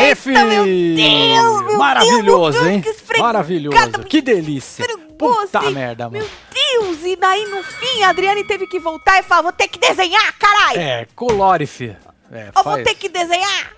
Eita, meu Deus, meu Maravilhoso, Deus, meu hein? Deus, que esfregada, Maravilhoso. me Que delícia. esfregou, Puta assim. merda, mano. Meu Deus, e daí no fim a Adriane teve que voltar e falar, vou ter que desenhar, caralho! É, colore, fi. É, Eu vou faz. ter que desenhar,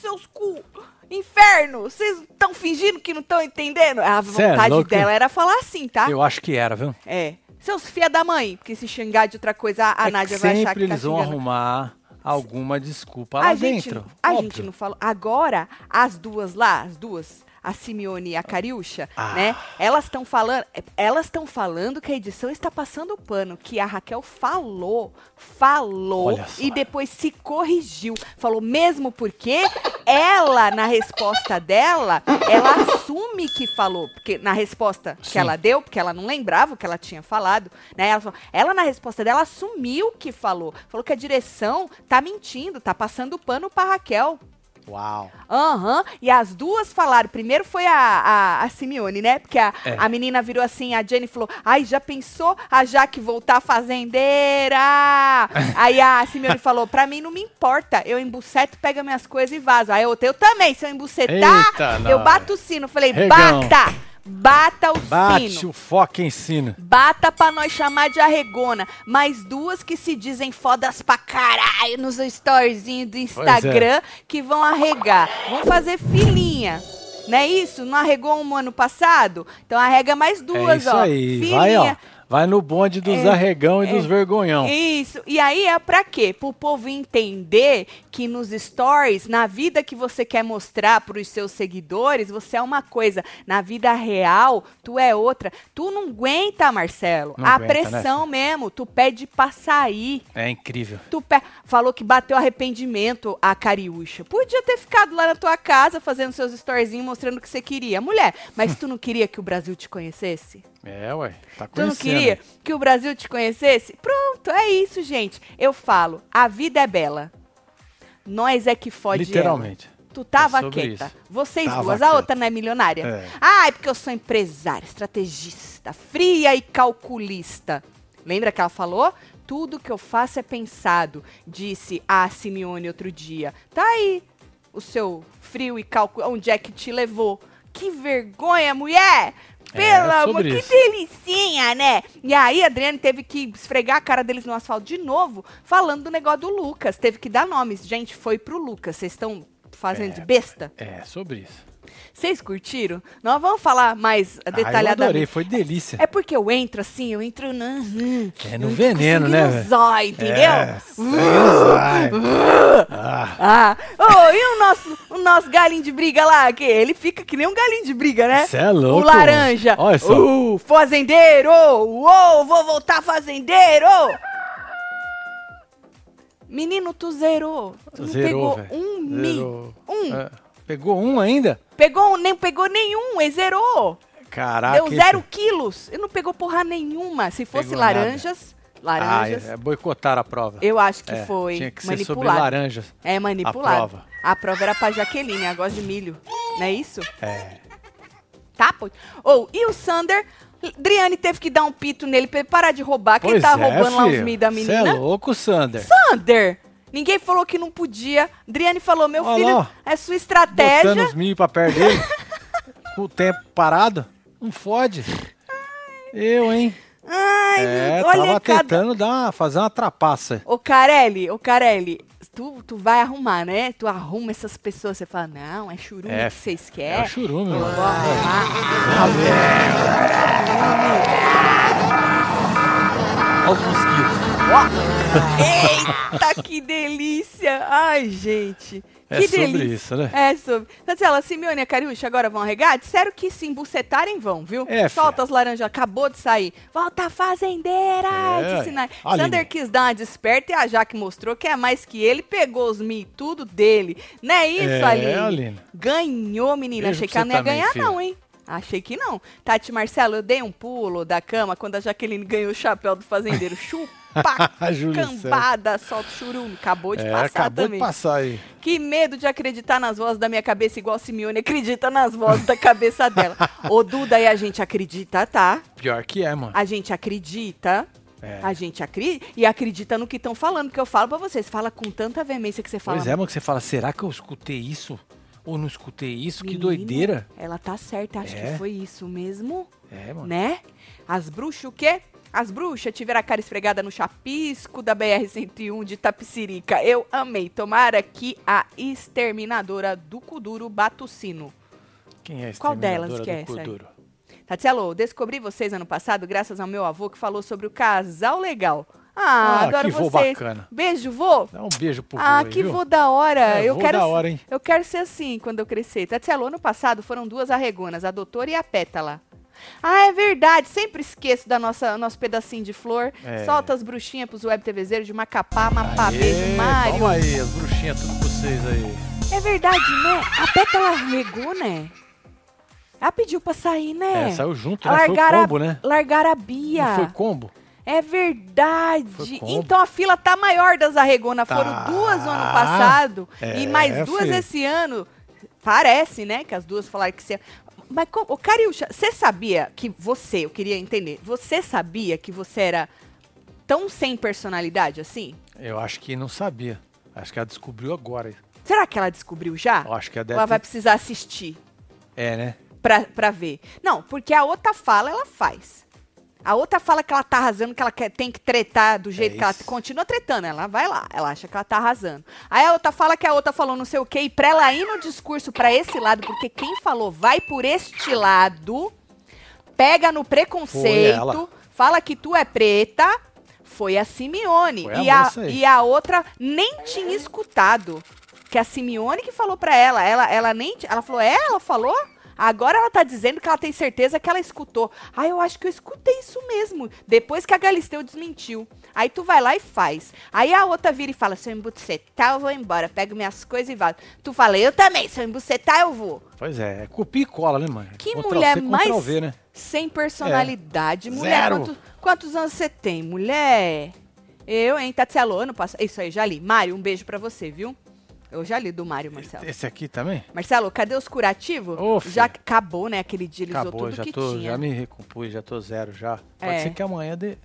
seus cu! Inferno, vocês estão fingindo que não estão entendendo? A Cê é vontade louco. dela era falar assim, tá? Eu acho que era, viu? É. Seus filha da mãe, porque se xingar de outra coisa, a É que Nádia vai sempre achar que tá eles vão xingando. arrumar alguma desculpa lá a gente, dentro. a óbvio. gente não falou. Agora, as duas lá, as duas, a Simeone e a Cariúcha, Ah. né? Elas estão falando, elas estão falando que a edição está passando o pano, que a Raquel falou, falou Olha só. e depois se corrigiu. Falou mesmo porque ela na resposta dela, ela assume que falou, porque na resposta que Sim. ela deu, porque ela não lembrava o que ela tinha falado, né? Ela, falou- ela, na resposta dela assumiu que falou, falou que a direção tá mentindo, tá passando pano pra Raquel. Uau. Aham, e as duas falaram. Primeiro foi a, a, a Simeone, né? Porque a, É. a menina virou assim, a Jenny falou: Ai, já pensou a Jaque voltar fazendeira? Aí a Simeone falou: Pra mim não me importa, eu embuceto, pega minhas coisas e vazo. Aí a outra, eu também, se eu embucetar, Eita, eu nós. bato o sino. Falei: Regão. Bata! Bata o Bate sino. o foco em sino. Bata pra nós chamar de arregona, mas duas que se dizem fodas pra caralho nos storyzinhos é. do Instagram que vão arregar. Vão fazer filinha. Não é isso? Não arregou um ano passado? Então arrega mais duas, é isso ó. aí. Filinha. Vai, ó. Vai no bonde dos É, arregão e é. dos vergonhão. Isso. E aí é pra quê? Pro povo entender que nos stories, na vida que você quer mostrar pros seus seguidores, você é uma coisa. Na vida real, tu é outra. Tu não aguenta, Marcelo. Não a aguenta, né, pressão mesmo. Tu pede pra sair. É incrível. Tu pe- falou que bateu arrependimento a Cariúcha. Podia ter ficado lá na tua casa fazendo seus storyzinhos, mostrando o que você queria. Mulher, mas tu não queria que o Brasil te conhecesse? É, ué. Tá Tu não conhecendo. queria que o Brasil te conhecesse? Pronto, é isso, gente. Eu falo, a vida é bela. Nós é que fode Literalmente. ela. Tu tava É sobre quieta. isso. Vocês Tava duas. A quieta. outra não é milionária? É. Ai, porque eu sou empresária, estrategista, fria e calculista. Lembra que ela falou? Tudo que eu faço é pensado, disse a Simeone outro dia. Tá aí o seu frio e cálculo, onde é que te levou? Que vergonha, mulher! É, Pelo amor, sobre que isso. delicinha, né? E aí, a Adriane teve que esfregar a cara deles no asfalto de novo, falando do negócio do Lucas. Teve que dar nomes. Gente, foi pro Lucas. Vocês estão fazendo de besta? É, sobre Tá isso. Vocês curtiram? Nós vamos falar mais Ah, eu adorei, detalhadamente. foi delícia. É porque eu entro assim, eu entro na. É no veneno, né, velho? Zói, entendeu? É, sai, sai. Ah, Ah, oh, e o nosso, o nosso galinho de briga lá? Que ele fica que nem um galinho de briga, né? Cê é louco, O laranja. mano. Olha só. Uh, fazendeiro! Uou, vou voltar fazendeiro! Menino, tu zerou. Tu não Zerou, pegou velho. um mi. zerou. Um. É, Pegou um ainda? Pegou, nem pegou nenhum, ele zerou. Caraca. Deu esse- zero quilos. Ele não pegou porra nenhuma. Se fosse Ah, Pegou nada. laranjas, Ah, laranjas, é, boicotaram a prova. eu acho que É, foi Tinha que ser sobre manipulado. laranjas. É manipulado. A prova. A prova era pra Jaqueline, a gosta de milho. Não é isso? É. Tá, pô. Ou, e o Sander? Driane teve que dar um pito nele pra ele parar de roubar. Quem Pois tá é, roubando lá os filho. mi da Cê menina? é louco, Sander. Sander! Ninguém falou que não podia. Driane falou: meu Olha filho, lá. é sua estratégia. Botando os milho pra perto dele. com o tempo parado. Não fode. Eu, hein? Ai, é, meu- olha tava cada tentando dar uma- fazer uma trapaça. Ô, Carelli, ô, Carelli, tu, tu vai arrumar, né? Tu arruma essas pessoas, você fala, não, é churume É, que vocês É, o querem. churume, Eu vou mano. arrumar. Olha os mosquitos. Ó, Eita, que delícia! Ai, gente, É que sobre delícia. isso, né? É sobre. Marcela, Simeone e a Cariúcha agora vão arregar? Disseram que se embucetarem vão, viu? É, Solta as laranjas, acabou de sair. Volta fazendeira! É. Disse na... Olha, Sander né? quis dar uma desperta e a Jaque mostrou que é mais que ele, pegou os mi tudo dele. Não é isso, É, Aline? Aline. Ganhou, menina. Beijo Achei pra que ela você tá não ia também, ganhar, filha. não, hein? Achei que não. Tati Marcelo, eu dei um pulo da cama quando a Jaqueline ganhou o chapéu do fazendeiro. Chupa! Ah, Júlio Cambada, solta o churume. Acabou de É, passar acabou também. de passar aí. Que medo de acreditar nas vozes da minha cabeça, igual a Simeone acredita nas vozes da cabeça dela. Ô, Duda, e a gente acredita, tá? Pior que é, mano. A gente acredita. É. A gente acredita e acredita no que é. estão falando, que eu falo pra vocês. Fala com tanta veemência que você fala. Pois é, mano, que você fala, será que eu escutei isso? Ou não escutei isso? que Menino, doideira. Ela tá certa, acho É. que foi isso mesmo, É, mano. né? As bruxas o quê? As bruxas tiveram a cara esfregada no chapisco da BR-101 de Tapicirica. Eu amei. Tomara que a exterminadora do Kuduro bata o sino. Quem é a Qual delas exterminadora que é do essa aí? Kuduro? Tatielo, descobri vocês ano passado graças ao meu avô que falou sobre o casal legal. Ah, Ah, adoro que vô vocês. bacana. Beijo, vô. Dá um beijo pro ah, vô aí, que viu? vô da hora. É, eu vô quero da hora, hein? Eu quero ser assim quando eu crescer. Tatielo, ano passado foram duas arregonas, a doutora e a pétala. Ah, é verdade. Sempre esqueço da nossa nosso pedacinho de flor. É. Solta as bruxinhas pros web TVzeiros de Macapá, Mapá, Aê, Ah, beijo, Mário. Toma aí, as bruxinhas, tudo pra vocês aí. É verdade, né? A pétala arregou, né? Ela pediu pra sair, né? É, saiu junto, né? Foi o Largaram combo, né? a, largaram a Bia. Não foi combo? É verdade. Foi como? Então a fila tá maior das arregonas. Tá. Foram duas no ano passado e É, mais duas filho. esse ano. Parece, né? Que as duas falaram que você. Mas, como- ô, Cariúcha, você sabia que você, eu queria entender, você sabia que você era tão sem personalidade assim? Eu acho que não sabia. Acho que ela descobriu agora. Será que ela descobriu já? Eu acho que ela Ou deve ela vai ter- precisar assistir É, né? pra, pra ver? Não, porque a outra fala, ela faz. A outra fala que ela tá arrasando, que ela quer- tem que tretar do jeito que ela isso. continua tretando. Ela vai lá, ela acha que ela tá arrasando. Aí a outra fala que a outra falou não sei o quê, e pra ela ir no discurso pra esse lado, porque quem falou vai por este lado, pega no preconceito, ela. fala que tu é preta, foi a Simeone. Foi a e, a, moça aí. e a outra nem tinha escutado. Que é a Simeone que falou pra ela, ela, ela nem. ti- Ela falou, é? Ela falou? Agora ela tá dizendo que ela tem certeza que ela escutou. Ah, eu acho que eu escutei isso mesmo. Depois que a Galisteu desmentiu. Aí tu vai lá e faz. Aí a outra vira e fala, se eu embucetar, eu vou embora. Pego minhas coisas e vado. Tu fala, eu também, se eu embucetar, eu vou. Pois é, é copia e cola, né, mano? Que Ctrl-C, mulher mais Ctrl-V, né? sem personalidade. É. Mulher, Zero. quanto- quantos anos você tem, mulher? Eu, hein, Tatielo, ano passado. Isso aí, já li. Mário, um beijo pra você, viu? Eu já li do Mário, Marcelo. Esse aqui também? Marcelo, cadê os curativos? Ô, filho. já acabou, né? Aquele dia, ele usou Acabou, tudo já que tô, tinha. já me recompus, já tô zero já. Pode É. ser que amanhã dê.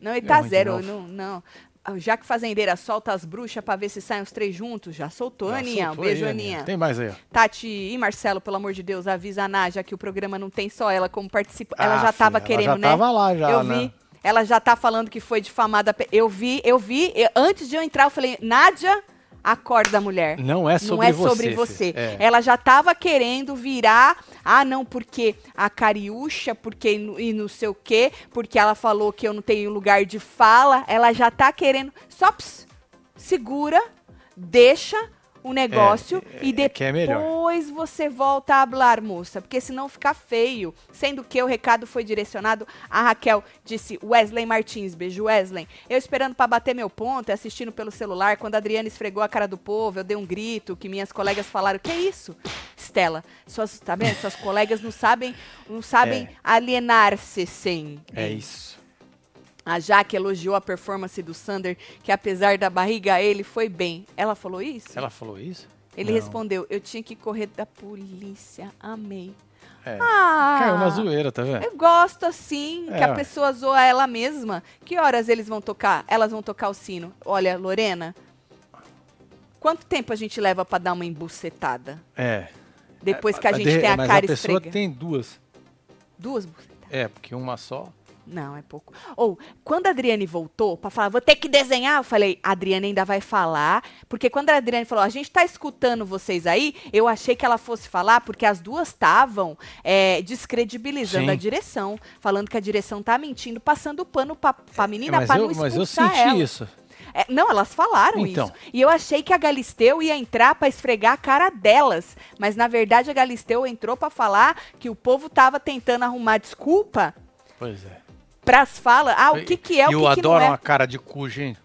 Não, ele Deu tá ruim de zero. novo. Não, não. Ah, Já que Fazendeira solta as bruxas pra ver se saem os três juntos, já soltou, Já Aninha. Um soltou beijo, aí, Aninha. Tem mais aí, ó. Tati e Marcelo, pelo amor de Deus, avisa a Ná, já que o programa não tem só ela como participa. Ela Ah, já tava filha, querendo, ela já né? tava lá já, Eu né? vi. Ela já tá falando que foi difamada. pe- Eu vi, eu vi. eu- antes de eu entrar, eu falei, Nádia, acorda, mulher. Não é sobre não é você. sobre filho. você. É. Ela já tava querendo virar. Ah, não, porque a cariúcha, porque no- e não sei o quê, porque ela falou que eu não tenho lugar de fala. Ela já tá querendo. Só ps, segura, deixa o negócio é, e é que é melhor. depois você volta a hablar, moça, porque senão fica feio. Sendo que o recado foi direcionado a Raquel, disse Wesley Martins. Beijo, Wesley. Eu esperando pra bater meu ponto, e assistindo pelo celular, quando a Adriana esfregou a cara do povo, eu dei um grito, que minhas colegas falaram, que isso? Stella, suas, tá vendo? Suas colegas não sabem, não sabem alienar-se sem. É isso. A Jaque elogiou a performance do Sander, que apesar da barriga, ele foi bem. Ela falou isso? Ela falou isso? Ele Não. respondeu: Eu tinha que correr da polícia. Amei. É. Ah! Caiu na zoeira, tá vendo? Eu gosto assim, que É, a ué. pessoa zoa ela mesma. Que horas eles vão tocar? Elas vão tocar o sino. Olha, Lorena, quanto tempo a gente leva pra dar uma embucetada? É. Depois que a Mas gente de- tem a mas cara a pessoa esfrega. tem duas. Duas bucetadas. É, porque uma só. Não, é pouco. Ou, quando a Adriane voltou pra falar, vou ter que desenhar, eu falei, a Adriane ainda vai falar. Porque quando a Adriane falou, a gente tá escutando vocês aí, eu achei que ela fosse falar, porque as duas estavam é, descredibilizando Sim. a direção, falando que a direção tá mentindo, passando pano pra, pra menina É, mas pra não eu, mas eu expulsar senti ela. isso. É, não, elas falaram Então. isso. E eu achei que a Galisteu ia entrar pra esfregar a cara delas, mas na verdade a Galisteu entrou pra falar que o povo tava tentando arrumar desculpa Pois é. pras falas. Ah, o que que é, o que, Eu que não adoro é. uma cara de cu, gente.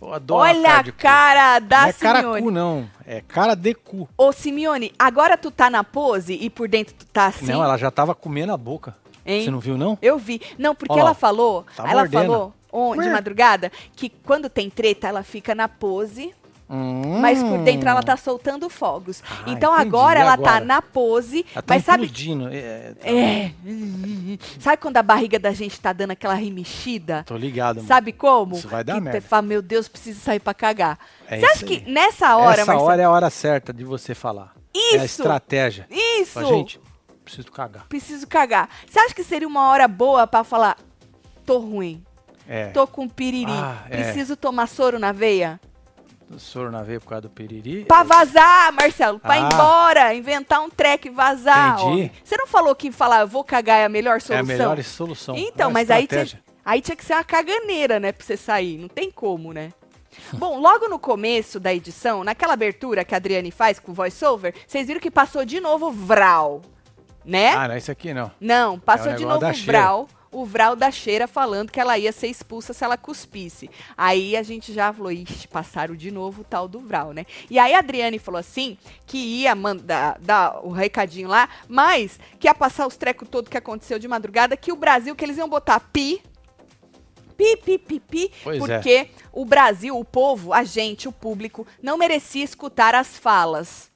Eu adoro uma Olha a cara de cu. cara da Não é cara Simeone. cu, não. É cara de cu. Ô, Simeone, agora tu tá na pose e por dentro tu tá assim? Não, ela já tava comendo a boca. Hein? Você não viu, não? Eu vi. Não, porque Ó lá, ela falou, tá ela mordendo. falou on- de Ué. madrugada que quando tem treta ela fica na pose Hum. Mas por dentro ela tá soltando fogos. Ah, então entendi. agora E ela tá agora? na pose, Ela tá mas sabe explodindo. É, tá- É. Sabe quando a barriga da gente tá dando aquela remexida? Tô ligado, mano. Sabe como? Isso vai dar que merda. Fala, meu Deus, preciso sair pra cagar. É Você isso acha aí. que nessa hora, Essa Marcelo? hora é a hora certa de você falar. É Isso! a estratégia. Isso! Fala, gente, preciso cagar. Preciso cagar. Você acha que seria uma hora boa pra falar, tô ruim, É, tô com piriri, Ah, é. preciso tomar soro na veia? soro na veia por causa do piriri. Pra vazar, Marcelo, pra ir É. Ah. embora, inventar um track e vazar. Entendi. homem. Você não falou que falar, eu vou cagar é a melhor é solução? a melhor solução. Então, É uma mas aí tinha, estratégia. aí tinha que ser uma caganeira, né, pra você sair. Não tem como, né? Bom, logo no começo da edição, naquela abertura que a Adriane faz com o voiceover, vocês viram que passou de novo Vral, né? Ah, não, isso aqui não. Não, passou É o de negócio novo da o cheira. Vral, o Vral da Cheira falando que ela ia ser expulsa se ela cuspisse. Aí a gente já falou, ixi, passaram de novo o tal do Vral, né? E aí a Adriane falou assim, que ia mandar dar o recadinho lá, mas que ia passar os trecos todo que aconteceu de madrugada, que o Brasil, que eles iam botar pi, pi, pi, pi, pi, Pois é. porque o Brasil, o povo, a gente, o público, não merecia escutar as falas.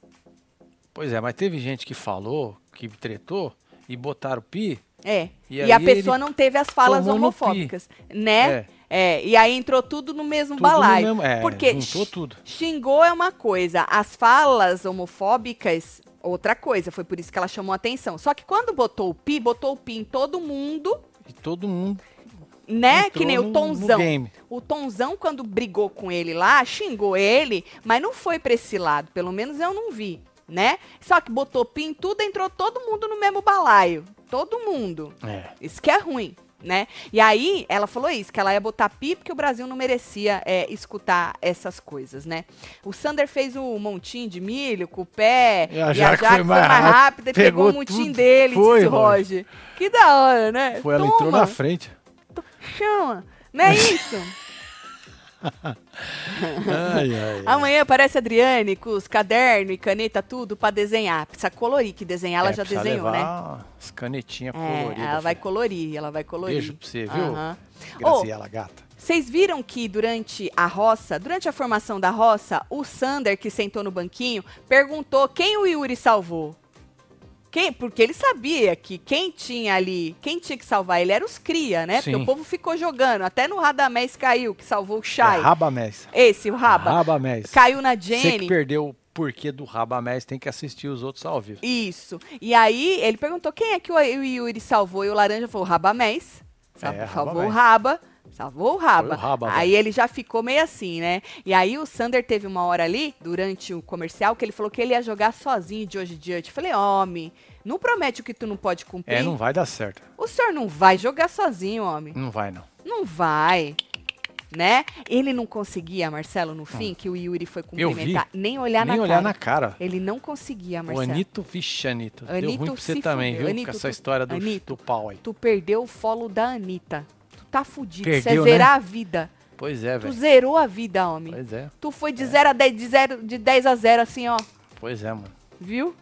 Pois é, mas teve gente que falou, que tretou e botaram pi. É. E, E a aí pessoa ele não teve as falas torrou no pi. homofóbicas, né? É. É. e aí entrou tudo no mesmo Tudo balaio. no mesmo- é, porque juntou x- tudo. xingou é uma coisa, as falas homofóbicas, outra coisa. Foi por isso que ela chamou a atenção. Só que quando botou o pi, botou o pi em todo mundo, E todo mundo. né? entrou que nem no- o no Tonzão. game. O Tonzão, quando brigou com ele lá, xingou ele, mas não foi pra esse lado. Pelo menos eu não vi, né? Só que botou pi em tudo, entrou todo mundo no mesmo balaio. Todo mundo. É. Isso que é ruim, né? E aí, ela falou isso, que ela ia botar pi porque o Brasil não merecia é, escutar essas coisas, né? O Sander fez um montinho de milho com o pé, E a Jaque foi mais rápida, rápida e pegou, pegou o montinho tudo. dele, Foi, disse o Roger. Que da hora, né? Foi, ela Toma, entrou na frente. chama. Não é isso? Ai, ai, ai. Amanhã aparece a Adriane com os cadernos e caneta, tudo, pra desenhar. Precisa colorir, que desenhar ela É, já precisa desenhou, né? levar As canetinhas coloridas. é, ela vai filho. colorir, ela vai colorir. Beijo pra você, viu? Aham. Ô, Graciela, gata. É Vocês viram que durante a roça, durante a formação da roça, o Sander, que sentou no banquinho, perguntou quem o Yuri salvou. Quem? Porque ele sabia que quem tinha ali, quem tinha que salvar ele era os cria, né? Porque Sim. o povo ficou jogando. Até no Radamés caiu, que salvou o É Shai. Rabamés. Esse, o Raba. Rabamés. Caiu na Você que Jenny. perdeu o porquê do Rabamés tem que assistir os outros ao vivo. Isso. E aí ele perguntou quem é que o o Yuri salvou e o Laranja falou Rabamés. Sa- É, salvou o Rabamés. Raba. Salvou o Raba. Foi o Raba, né? aí ele já ficou meio assim, né? E aí o Sander teve uma hora ali, durante o comercial, que ele falou que ele ia jogar sozinho de hoje em diante. Eu falei, homem, não promete o que tu não pode cumprir. É, não vai dar certo. O senhor não vai jogar sozinho, homem. Não vai, não. Não vai. Né? Ele não conseguia, Marcelo, no fim, que o Yuri foi Eu vi. cumprimentar, nem olhar Nem na olhar cara. na cara. Ele não conseguia, O Marcelo. Anito, vixe, Anito. Deu Anito ruim pra você se também, fudeu. viu? Anito, Com essa tu- história do, Anito. do pau aí. Tu perdeu o follow da Anitta. Tu tá fudido. Você Perdeu, né? zerar a vida. Pois é, Tu velho. zerou a vida, homem. Pois é, Tu foi de 0 a 10, de, zero, de 10 a 0, assim, ó. pois é, mano. Viu?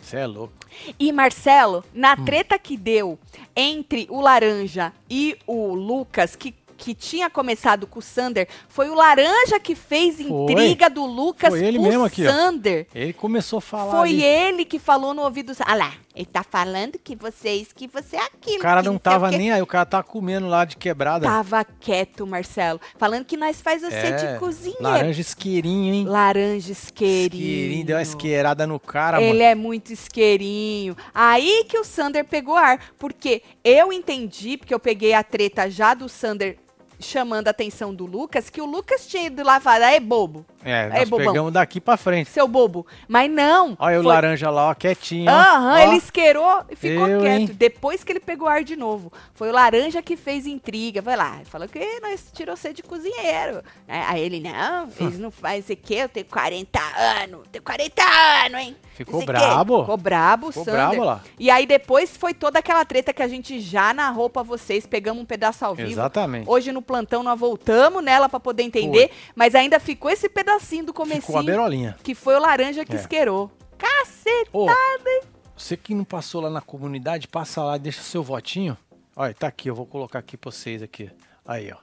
Você é louco. E, Marcelo, na Hum. treta que deu entre o Laranja e o Lucas, que, que tinha começado com o Sander, foi o Laranja que fez intriga do Lucas Foi ele pro mesmo aqui, ó. Sander. Ele começou a falar. Foi ali. ele que falou no ouvido. do Sa- Ah lá, ele tá falando que vocês, que você é aquilo. O cara que Tá sei não o tava quê. nem aí, o cara tava comendo lá de quebrada. Tava quieto, Marcelo. Falando que nós faz você É, de cozinheiro. Laranja, Laranja isqueirinho, hein? isqueirinho. Isqueirinho, deu uma isqueirada no cara, Ele mano. é muito isqueirinho. Aí que o Sander pegou ar. Porque eu entendi, porque eu peguei a treta já do Sander chamando a atenção do Lucas, que o Lucas tinha ido lá falar, é bobo, É, é nós bobão. pegamos daqui pra frente. seu bobo. Mas não. Olha o foi- laranja lá, ó, quietinho. ó. Aham, Ó, ele isqueirou e ficou Eu, quieto. hein? Depois que ele pegou ar de novo. Foi o laranja que fez intriga. Vai lá, falou que nós tirou você de cozinheiro. Aí aí ele, não, Hum. eles não fazem sei o quê, eu tenho 40 anos. Tenho 40 anos, hein? Não Ficou sei o quê. brabo. Ficou brabo, Ficou Sander. brabo lá. E aí depois foi toda aquela treta que a gente já narrou pra vocês. Pegamos um pedaço ao vivo. Exatamente. Hoje no plantão nós voltamos nela pra poder entender. Mas ainda ficou esse pedacinho do Ficou a comecinho. berolinha. que foi o laranja que É. isqueirou. Cacete! Ô, você que não passou lá na comunidade, passa lá, deixa seu votinho. Olha, tá aqui, eu vou colocar aqui pra vocês aqui. Aí, ó,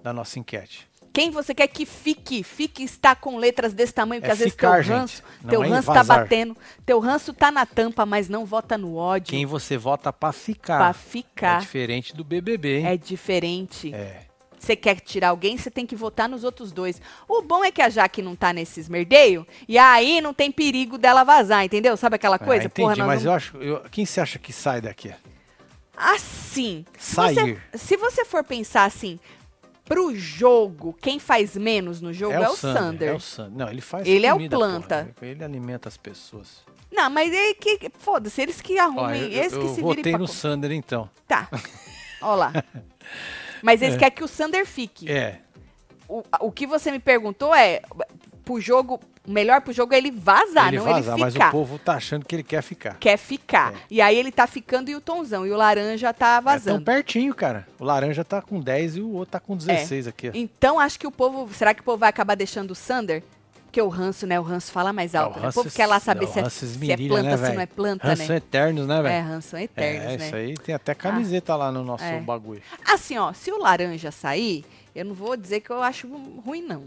da nossa enquete. Quem você quer que fique? Fique está com letras desse tamanho, porque É às vezes ficar, teu gente. ranço, Não teu é ranço tá vazar. batendo, teu ranço tá na tampa, mas não vota no ódio. Quem você vota pra ficar. Pra É ficar diferente do BBB, hein? é diferente. É. Você quer tirar alguém, você tem que votar nos outros dois. O bom é que a Jaque não tá nesse esmerdeio, e aí não tem perigo dela vazar, entendeu? Sabe aquela É, coisa? Ah, entendi, nós é mas vamos- eu acho. eu- quem você acha que sai daqui? Assim. se Sair. você- Se você for pensar assim, pro jogo, quem faz menos no jogo é, o Sander. É o Sander. Não, ele faz Ele é o comida, planta. porra. Ele alimenta as pessoas. Não, mas é que. Foda-se, eles que Ó, arrumem, eu, eu, eles que eu se virem votei pra. no co- Sander, então. Tá. Ó lá. Mas eles querem que o Sander fique. É. O, o que você me perguntou é. Pro jogo. Melhor pro jogo é ele vazar, ele não vazar, ele mas ficar. o povo tá achando que ele quer ficar. Quer ficar. É. E aí ele tá ficando e o Tonzão. E o laranja tá É tão vazando. É. pertinho, cara. O laranja tá com 10 e o outro tá com 16 aqui. ó. Então acho que o povo. Será que o povo vai acabar deixando o Sander? Porque o ranço, né? O ranço fala mais Ah, alto. né? O Hanso- povo quer lá saber não, se, é, Hanso se é esmirilha, planta, né, se não é velho? planta, Hanso né? eternos, né, É, velho? ranço é eterno, é, né? isso aí tem até camiseta lá no nosso é. bagulho. Assim, ó, se o laranja sair, eu não vou dizer que eu acho ruim, não.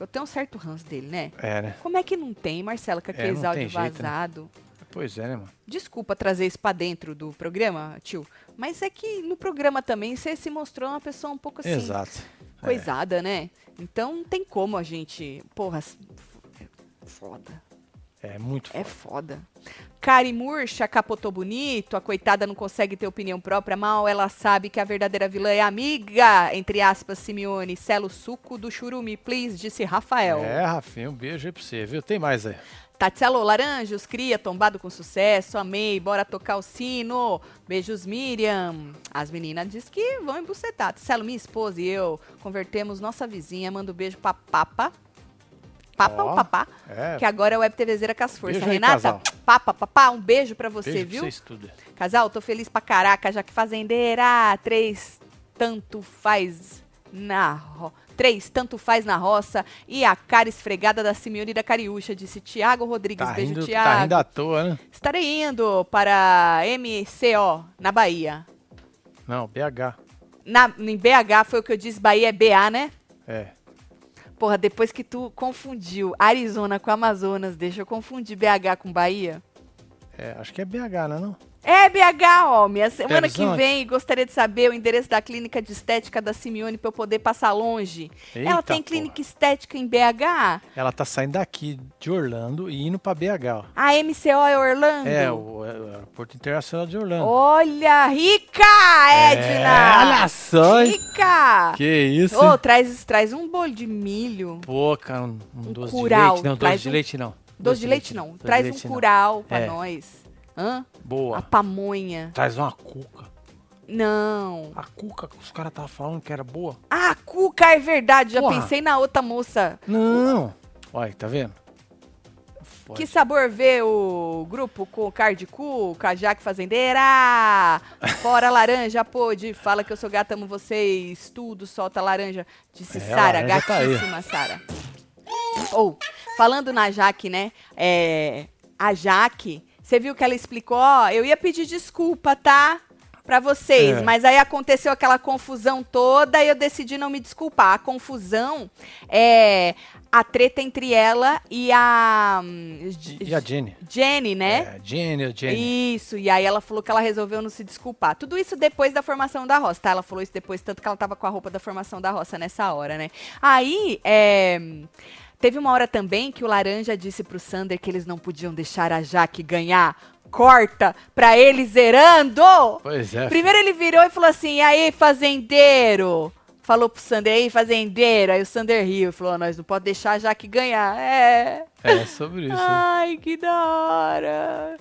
Eu tenho um certo ranço dele, né? É, né? Como é que não tem, Marcela, com É, aqueles não tem áudios jeito, né? vazados? Pois é, né, Tipo mano? Desculpa trazer isso pra dentro do programa, tio. Mas é que no programa também você se mostrou uma pessoa um pouco assim, Exato. é. coisada, né? Então não tem como a gente. Porra, s- f- é foda. É, é muito É foda. Kari Murcha capotou bonito, a coitada não consegue ter opinião própria, mal ela sabe que a verdadeira vilã é a amiga, entre aspas, Simeone, selo suco do churumi, please, disse Rafael. É, Rafinha, um beijo aí pra você, viu? Tem mais aí. Tatielo Laranjos, cria, tombado com sucesso, amei, bora tocar o sino. Beijos, Miriam. As meninas diz que vão embucetar. Tatielo, minha esposa e eu convertemos nossa vizinha, manda um beijo pra Papa. Papa Ó, ou Papá? É, Que agora é web TVzeira com as forças. Beijo aí, Renata, casal. Papa, Papá, um beijo pra você, beijo viu? pra vocês tudo. Casal, tô feliz pra caraca, já que fazendeira, três tanto faz na ro... três tanto faz na roça e a cara esfregada da Simeone e da Cariúcha, disse Tiago Rodrigues, Tá beijo rindo, Tiago. tá rindo à toa, né? Estarei indo para MCO na Bahia. Não, BH. Na, em BH foi o que eu disse, Bahia é BA, né? É. Porra, depois que tu confundiu Arizona com Amazonas, deixa eu confundir BH com Bahia. é, acho que é BH, né? Não? É, BH, homem. A semana que Horizonte. vem gostaria de saber o endereço da clínica de estética da Simeone para eu poder passar longe. Ela Eita, tem porra. clínica estética em BH? Ela tá saindo daqui de Orlando e indo pra BH, ó. A MCO é Orlando? É, o, é o Aeroporto Internacional de Orlando. Olha, rica, É, Edna! olha só, hein? rica! Que isso, Ô, hein? traz, traz um bolo de milho. Pô, cara, um, um doce curau, de leite. Não, traz doce de um- leite não. Doce de leite não. Traz um curau pra É. nós. Hã? A Boa. pamonha. Traz uma cuca. Não. A cuca que os caras estavam falando que era boa. Ah, cuca, é verdade. Já Porra. pensei na outra moça. Não. Olha, tá vendo? Pode. Que sabor vê o grupo com carne de cu, cajaque fazendeira? Fora laranja, pô, de fala que eu sou gata, amo vocês, tudo, solta laranja. Disse É, Sara, laranja tá aí. gatíssima, Sara. Ou, falando na Jaque, né? É, a Jaque, você viu que ela explicou, ó, eu ia pedir desculpa, tá? Pra vocês, É. mas aí aconteceu aquela confusão toda e eu decidi não me desculpar. A confusão é a treta entre ela e a. hum, J- E a Jenny? Jenny, né? É, Jenny, Jenny. Isso, e aí ela falou que ela resolveu não se desculpar. Tudo isso depois da formação da roça, tá? Ela falou isso depois, tanto que ela tava com a roupa da formação da roça nessa hora, né? Aí, é, teve uma hora também que o Laranja disse pro Sander que eles não podiam deixar a Jaque ganhar. Corta pra ele zerando! Pois é. Primeiro ele virou e falou assim: "E aí, fazendeiro? Falou pro Sander, "E aí, fazendeiro. Aí o Sander riu e falou: "Ó, nós não podemos deixar a Jaque ganhar. É. É sobre isso. hein? Ai, que da hora!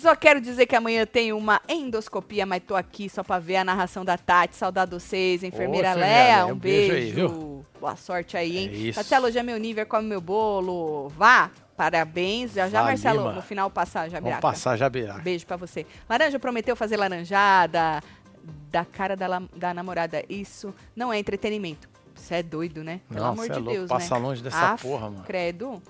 Só quero dizer que amanhã tem uma endoscopia, mas tô aqui só pra ver a narração da Tati. Saudade de vocês, enfermeira enfermeira Léa. Léa, Um um beijo aí, beijo. Boa sorte aí, É hein? isso. Marcelo, hoje é meu nível, come meu bolo. Vá, parabéns. Já já, Vá, Marcelo, Lima. no final passar, já Vamos passar já beirar. Beijo pra você. Laranja prometeu fazer laranjada da cara da, la- da namorada. Isso não é entretenimento. Você é doido, né? Pelo Não, amor cê de é louco. Deus, né? Passa longe dessa Af, porra, mano. Credo.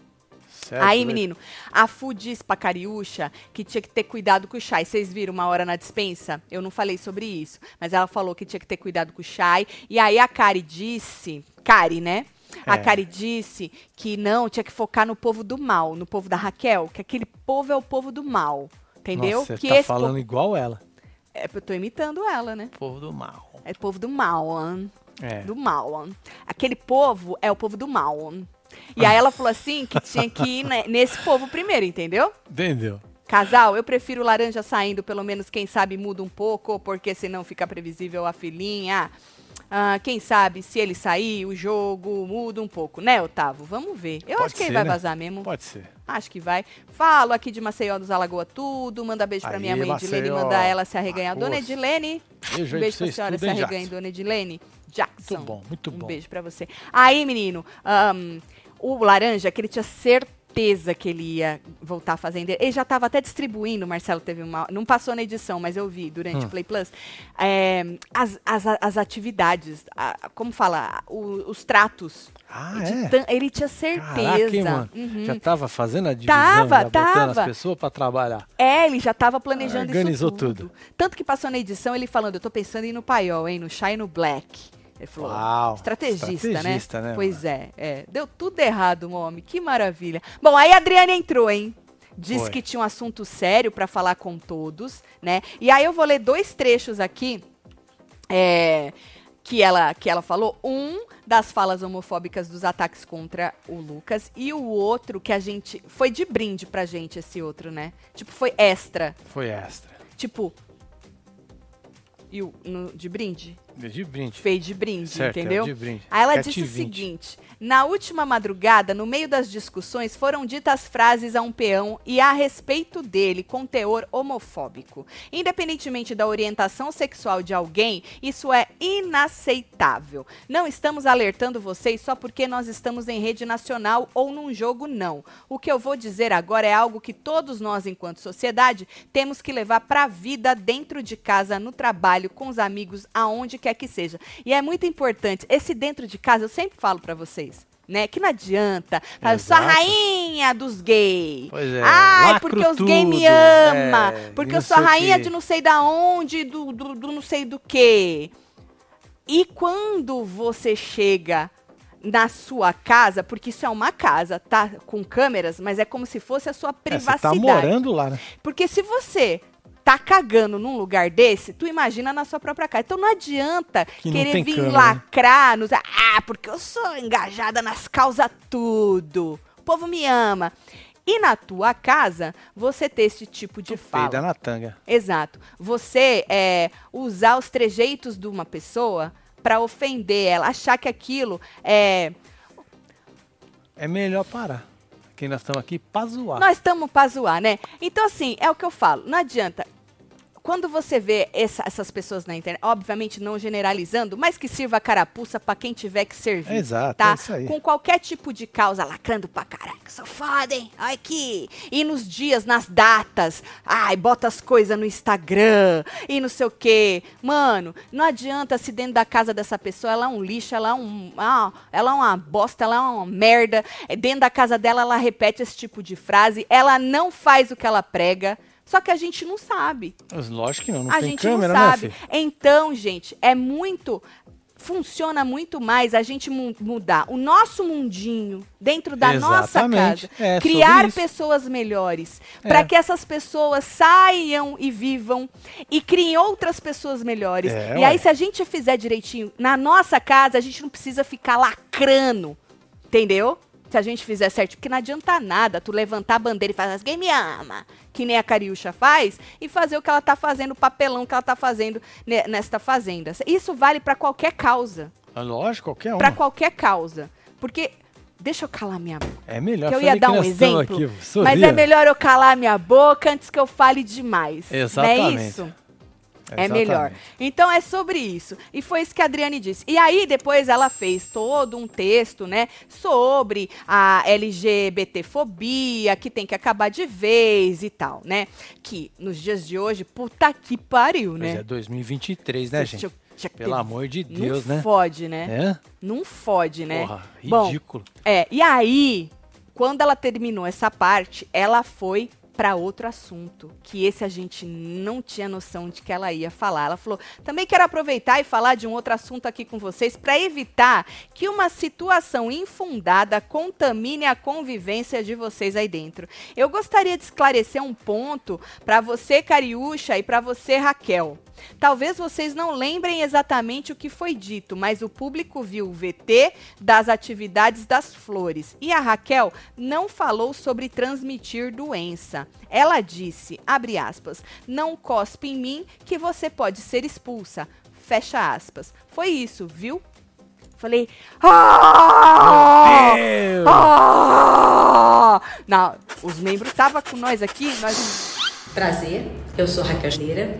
Certo, Aí, né? menino, a Fu diz pra Cariúcha que tinha que ter cuidado com o chai. Vocês viram uma hora na dispensa? Eu não falei sobre isso, mas ela falou que tinha que ter cuidado com o chai. E aí a Cari disse, Cari, né? A É. Cari disse que não, tinha que focar no povo do mal, no povo da Raquel, que aquele povo é o povo do mal, entendeu? Nossa, que você tá povo- falando igual ela. É, eu tô imitando ela, né? Povo do mal. É o povo do mal, hein? É. do mal. ó. Aquele povo é o povo do mal. ó. E aí ela falou assim que tinha que ir ne- nesse povo primeiro, entendeu? Entendeu? Casal, eu prefiro laranja saindo, pelo menos quem sabe muda um pouco, porque senão fica previsível a filhinha. Ah, quem sabe se ele sair, o jogo muda um pouco, né, Otávio? Vamos ver. Eu Pode acho que ele ser, vai né? vazar mesmo. Pode ser. Acho que vai. Falo aqui de Maceió dos Alagoa tudo. Manda beijo pra Aí, minha mãe Edilene, Maceió, manda ela se arreganhar. Dona Alagoas. Edilene, Beijo um beijo aí pra pra vocês. senhora se tudo, hein, arreganha, Jackson? Dona Edilene. Jackson. Muito bom, muito um bom. beijo pra você. Aí, menino, ahn, o Laranja, que ele tinha certeza que ele ia voltar a fazenda. Ele já tava até distribuindo, Marcelo teve uma. Não passou na edição, mas eu vi Hum. durante o Play Plus. é, as, as, as atividades, a- como fala? O- os tratos. Ah, De é? tan- Ele tinha certeza. Caraca, hein, mano? Uhum. Já tava fazendo a divisão, Tava, já botando tava. as pessoas pra trabalhar. É, ele já tava planejando Organizou isso tudo. tudo. Tanto que passou na edição ele falando, eu tô pensando em ir no paiol, hein, no Shine no Black. Ele falou, Uau, estrategista, estrategista, né? né, pois é, é, deu tudo errado, meu homem, que maravilha. Bom, aí a Adriana entrou, hein? Disse Foi. que tinha um assunto sério pra falar com todos, né? E aí eu vou ler dois trechos aqui é, que, ela, que ela falou. Um das falas homofóbicas dos ataques contra o Lucas e o outro que a gente. Foi de brinde pra gente esse outro, né? Tipo, foi extra. Foi extra. Tipo. E o, no- de brinde? De brinde. Fez de brinde, Certo, é, entendeu? de brinde. Aí ela Cat disse o 20. seguinte: na última madrugada, no meio das discussões, foram ditas frases a um peão e a respeito dele com teor homofóbico. Independentemente da orientação sexual de alguém, isso é inaceitável. Não estamos alertando vocês só porque nós estamos em rede nacional ou num jogo, não. O que eu vou dizer agora é algo que todos nós, enquanto sociedade, temos que levar pra vida dentro de casa, no trabalho, com os amigos, aonde quer que seja. E é muito importante. Esse dentro de casa, eu sempre falo pra vocês, né? Que não adianta. Fala, eu sou a Exato. rainha dos gays. Pois é. Ai, lacro porque os gays tudo, me ama, é, e porque não eu sou a sei o rainha quê. de não sei da onde, do, do, do não sei do que. E quando você chega na sua casa, porque isso é uma casa, tá? Com câmeras, mas é como se fosse a sua É, privacidade. Você tá morando lá, né? Porque se você tá cagando num lugar desse, tu imagina na sua própria casa. Então não adianta Que não querer tem né? vir câmera, lacrar, nos, ah, porque eu sou engajada nas causas tudo. O povo me ama. E na tua casa, você ter esse tipo de fala. Peida né? na tanga. Exato. Você é, usar os trejeitos de uma pessoa pra ofender ela, achar que aquilo é. É melhor parar. Quem nós estamos aqui pra zoar. Nós estamos pra zoar, né? Então, assim, é o que eu falo. Não adianta. Quando você vê essa- essas pessoas na internet, obviamente não generalizando, mas que sirva a carapuça pra quem tiver que servir. Exato, tá? é isso aí. Com qualquer tipo de causa, lacrando pra caraca, sou foda, hein? Olha aqui. E nos dias, nas datas, ai, bota as coisas no Instagram e não sei o quê. Mano, não adianta se dentro da casa dessa pessoa ela é um lixo, ela é, um, ah, ela é uma bosta, ela é uma merda. É, Dentro da casa dela ela repete esse tipo de frase, ela não faz o que ela prega. Só que a gente não sabe Mas Lógico que não, não a tem gente câmera, não sabe. né, filho? então, gente, é muito. Funciona muito mais a gente mu- mudar o nosso mundinho dentro da nossa Exatamente. casa. É, sobre criar isso. pessoas melhores. É. Para que essas pessoas saiam e vivam e criem outras pessoas melhores. É, e ué. aí, se a gente fizer direitinho na nossa casa, a gente não precisa ficar lacrando. Entendeu? Se a gente fizer certo, porque não adianta nada tu levantar a bandeira e falar, ninguém me ama, que nem a Cariúcha faz, e fazer o que ela tá fazendo, o papelão que ela tá fazendo ne- nesta fazenda. Isso vale pra qualquer causa. Ah, Lógico, qualquer um. Pra qualquer causa. Porque, deixa eu calar minha boca. É melhor. que eu falei ia dar um nós estamos exemplo, Aqui, Mas sorria. é melhor eu calar minha boca antes que eu fale demais. Não é Exatamente. isso? É Exatamente. melhor. Então é sobre isso. E foi isso que a Adriane disse. E aí depois ela fez todo um texto, né, sobre a LGBTfobia, que tem que acabar de vez e tal, né? Que nos dias de hoje, puta que pariu, Mas né? é 2023, né, Tinha- gente? tinha que ter- Pelo amor de Deus, não né? fode, né? É? Não fode, né? Porra, Bom, ridículo. É, e aí Quando ela terminou essa parte, ela foi para outro assunto, que esse a gente não tinha noção de que ela ia falar. Ela falou: "Também quero aproveitar e falar de um outro assunto aqui com vocês para evitar que uma situação infundada contamine a convivência de vocês aí dentro. Eu gostaria de esclarecer um ponto para você, Cariúcha, e para você, Raquel. Talvez vocês não lembrem exatamente o que foi dito, mas o público viu o VT das atividades das flores e a Raquel não falou sobre transmitir doença. Ela disse, abre aspas, não cospe em mim que você pode ser expulsa. Fecha aspas. Foi isso, viu? Falei, ah! Deus! Ah! Não, os membros estavam com nós aqui, nós, Prazer, eu sou Raquel Geira.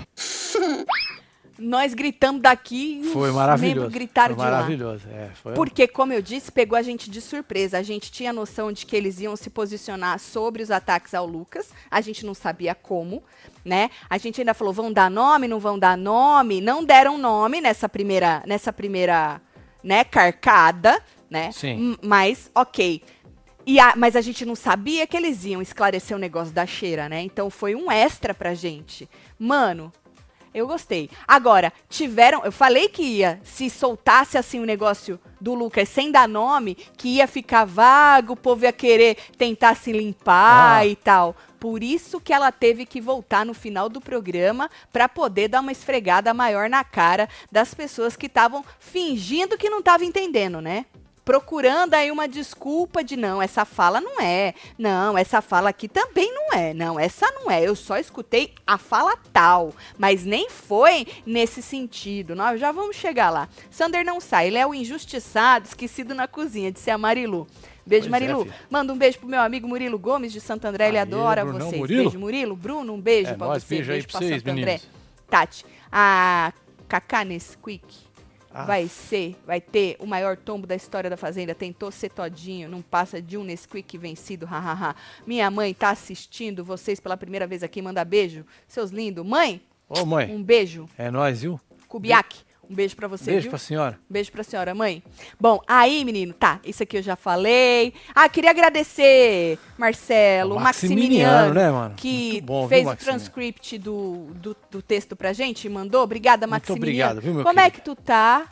nós gritamos daqui e Foi os maravilhoso. membros gritaram foi de lá. maravilhoso. É, foi Porque, como eu disse, pegou a gente de surpresa. A gente tinha noção de que eles iam se posicionar sobre os ataques ao Lucas. A gente não sabia como, né? A gente ainda falou, vão dar nome, não vão dar nome. Não deram nome nessa primeira, nessa primeira, né, carcada, né? Sim. M- Mas, ok. E a- mas a gente não sabia que eles iam esclarecer o negócio da cheira, né? Então foi um extra pra gente. Mano, eu gostei. Agora, tiveram. Eu falei que ia, se soltasse assim o negócio do Lucas sem dar nome, que ia ficar vago, o povo ia querer tentar se limpar Ah. e tal. Por isso que ela teve que voltar no final do programa pra poder dar uma esfregada maior na cara das pessoas que estavam fingindo que não estavam entendendo, né? Procurando aí uma desculpa de não, essa fala não é. Não, essa fala aqui também não é. Não, essa não é. Eu só escutei a fala tal. Mas nem foi nesse sentido. Nós já vamos chegar lá. Sander não sai. Ele é o injustiçado, esquecido na cozinha, disse a Marilu. Beijo, Pois é, Marilu. filho. Manda um beijo pro meu amigo Murilo Gomes, de Santo André. Ele Aê, adora Brunão, vocês. Murilo. Beijo, Murilo. Bruno, um beijo é pra nóis, você. beijo aí pra pra vocês, Santo André. meninos. Tati, a Cacá Nesquik Ah, vai ser, vai ter o maior tombo da história da Fazenda. Tentou ser todinho, não passa de um Nesquik vencido, hahaha. Minha mãe tá assistindo vocês pela primeira vez aqui. Manda beijo, seus lindos. Mãe, Ô, mãe, um beijo. é nóis, viu? Kubiak, um beijo pra você, Beijo viu? pra senhora. Beijo pra senhora, mãe. Bom, aí, menino, tá, isso aqui eu já falei. Ah, queria agradecer, Marcelo, O Maximiliano, Maximiliano, né, mano? que Muito bom, viu, fez o Maximiliano? transcript do, do, do texto pra gente e mandou. Obrigada, Muito Maximiliano. obrigado, viu, meu Como é querido? que tu tá?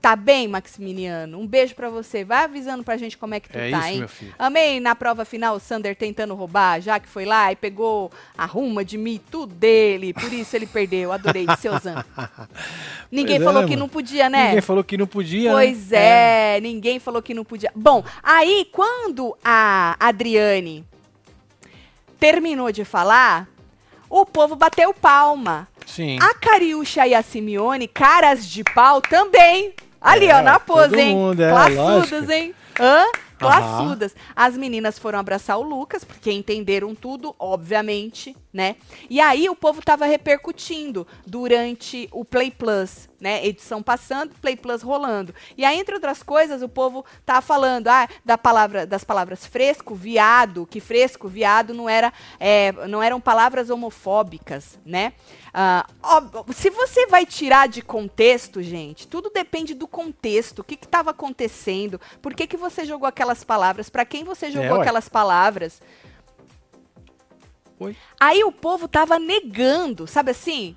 Tá bem, Maximiliano? Um beijo pra você. Vai avisando pra gente como é que tu É tá, isso, hein? meu filho. Amei na prova final o Sander tentando roubar, já que foi lá e pegou a ruma de mim, tudo dele. Por isso ele perdeu. Adorei, Seuzan. Ninguém Pois é, falou né, que mano? não podia, né? Ninguém falou que não podia. né? Pois é, ninguém falou que não podia. Bom, aí quando a Adriane terminou de falar, o povo bateu palma. Sim. A Cariúcha e a Simeone, caras de pau também. Ali, ó, É, na pose, todo hein? mundo, é, Classudas, lógico. hein? Hã? Aham. Classudas. As meninas foram abraçar o Lucas, porque entenderam tudo, obviamente, né? E aí o povo tava repercutindo durante o Play Plus, né? Edição passando, Play Plus rolando. E aí, entre outras coisas, o povo tava falando ah, da palavra, das palavras fresco, viado, que fresco, viado não, era, é, não eram palavras homofóbicas, né? Ah, ó, se você vai tirar de contexto, gente, tudo depende do contexto, o que estava acontecendo, por que, que você jogou aquelas palavras, para quem você jogou ué. aquelas palavras. Oi? Aí o povo tava negando, sabe assim?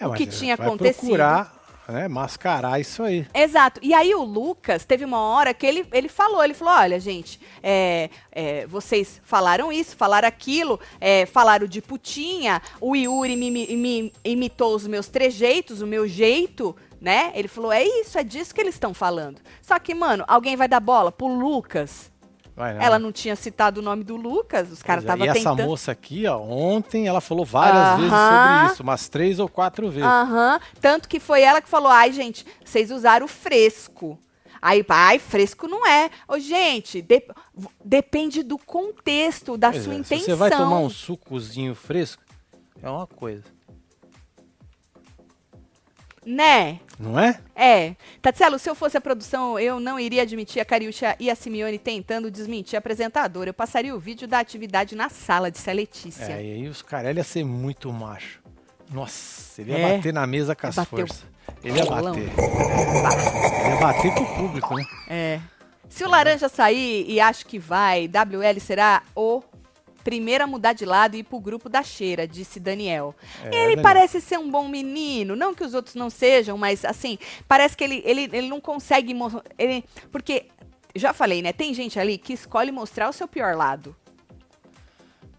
É, o mas que ele tinha vai acontecido. procurar, né, mascarar isso aí. Exato. E aí o Lucas teve uma hora que ele, ele falou, ele falou, olha, gente, é, é, vocês falaram isso, falaram aquilo, é, falaram de putinha, o Yuri me, me- me imitou os meus trejeitos, o meu jeito, né? Ele falou, é isso, é disso que eles estão falando. Só que, mano, alguém vai dar bola pro Lucas. Vai, né? Ela não tinha citado o nome do Lucas, os caras Tá. estavam Pois é, E essa tentando. moça aqui, ó, ontem ela falou várias vezes Aham. Ah, sobre isso, umas três ou quatro vezes. Aham. Tanto que foi ela que falou: ai, gente, vocês usaram o fresco. Aí, ai, fresco não é. Ô, gente, de- v- depende do contexto, da Pois sua é, intenção. Se você vai tomar um sucozinho fresco, é uma coisa. Né? Não é? É. Tatielo, se eu fosse a produção, eu não iria admitir a Cariúcha e a Simeone tentando desmentir a apresentadora. Eu passaria o vídeo da atividade na sala, disse a Letícia. É, e aí os caras ele ia ser muito macho. Nossa, ele ia É. bater na mesa com as Bateu. forças. Ele ia Rolão. bater. Ele ia bater com o público, né? É. Se o laranja sair, e acho que vai, WL será o primeiro a mudar de lado e ir pro grupo da cheira, disse Daniel. É, ele Daniel. parece ser um bom menino, não que os outros não sejam, mas assim, parece que ele, ele, ele não consegue. mo- Ele, porque, já falei, né? Tem gente ali que escolhe mostrar o seu pior lado.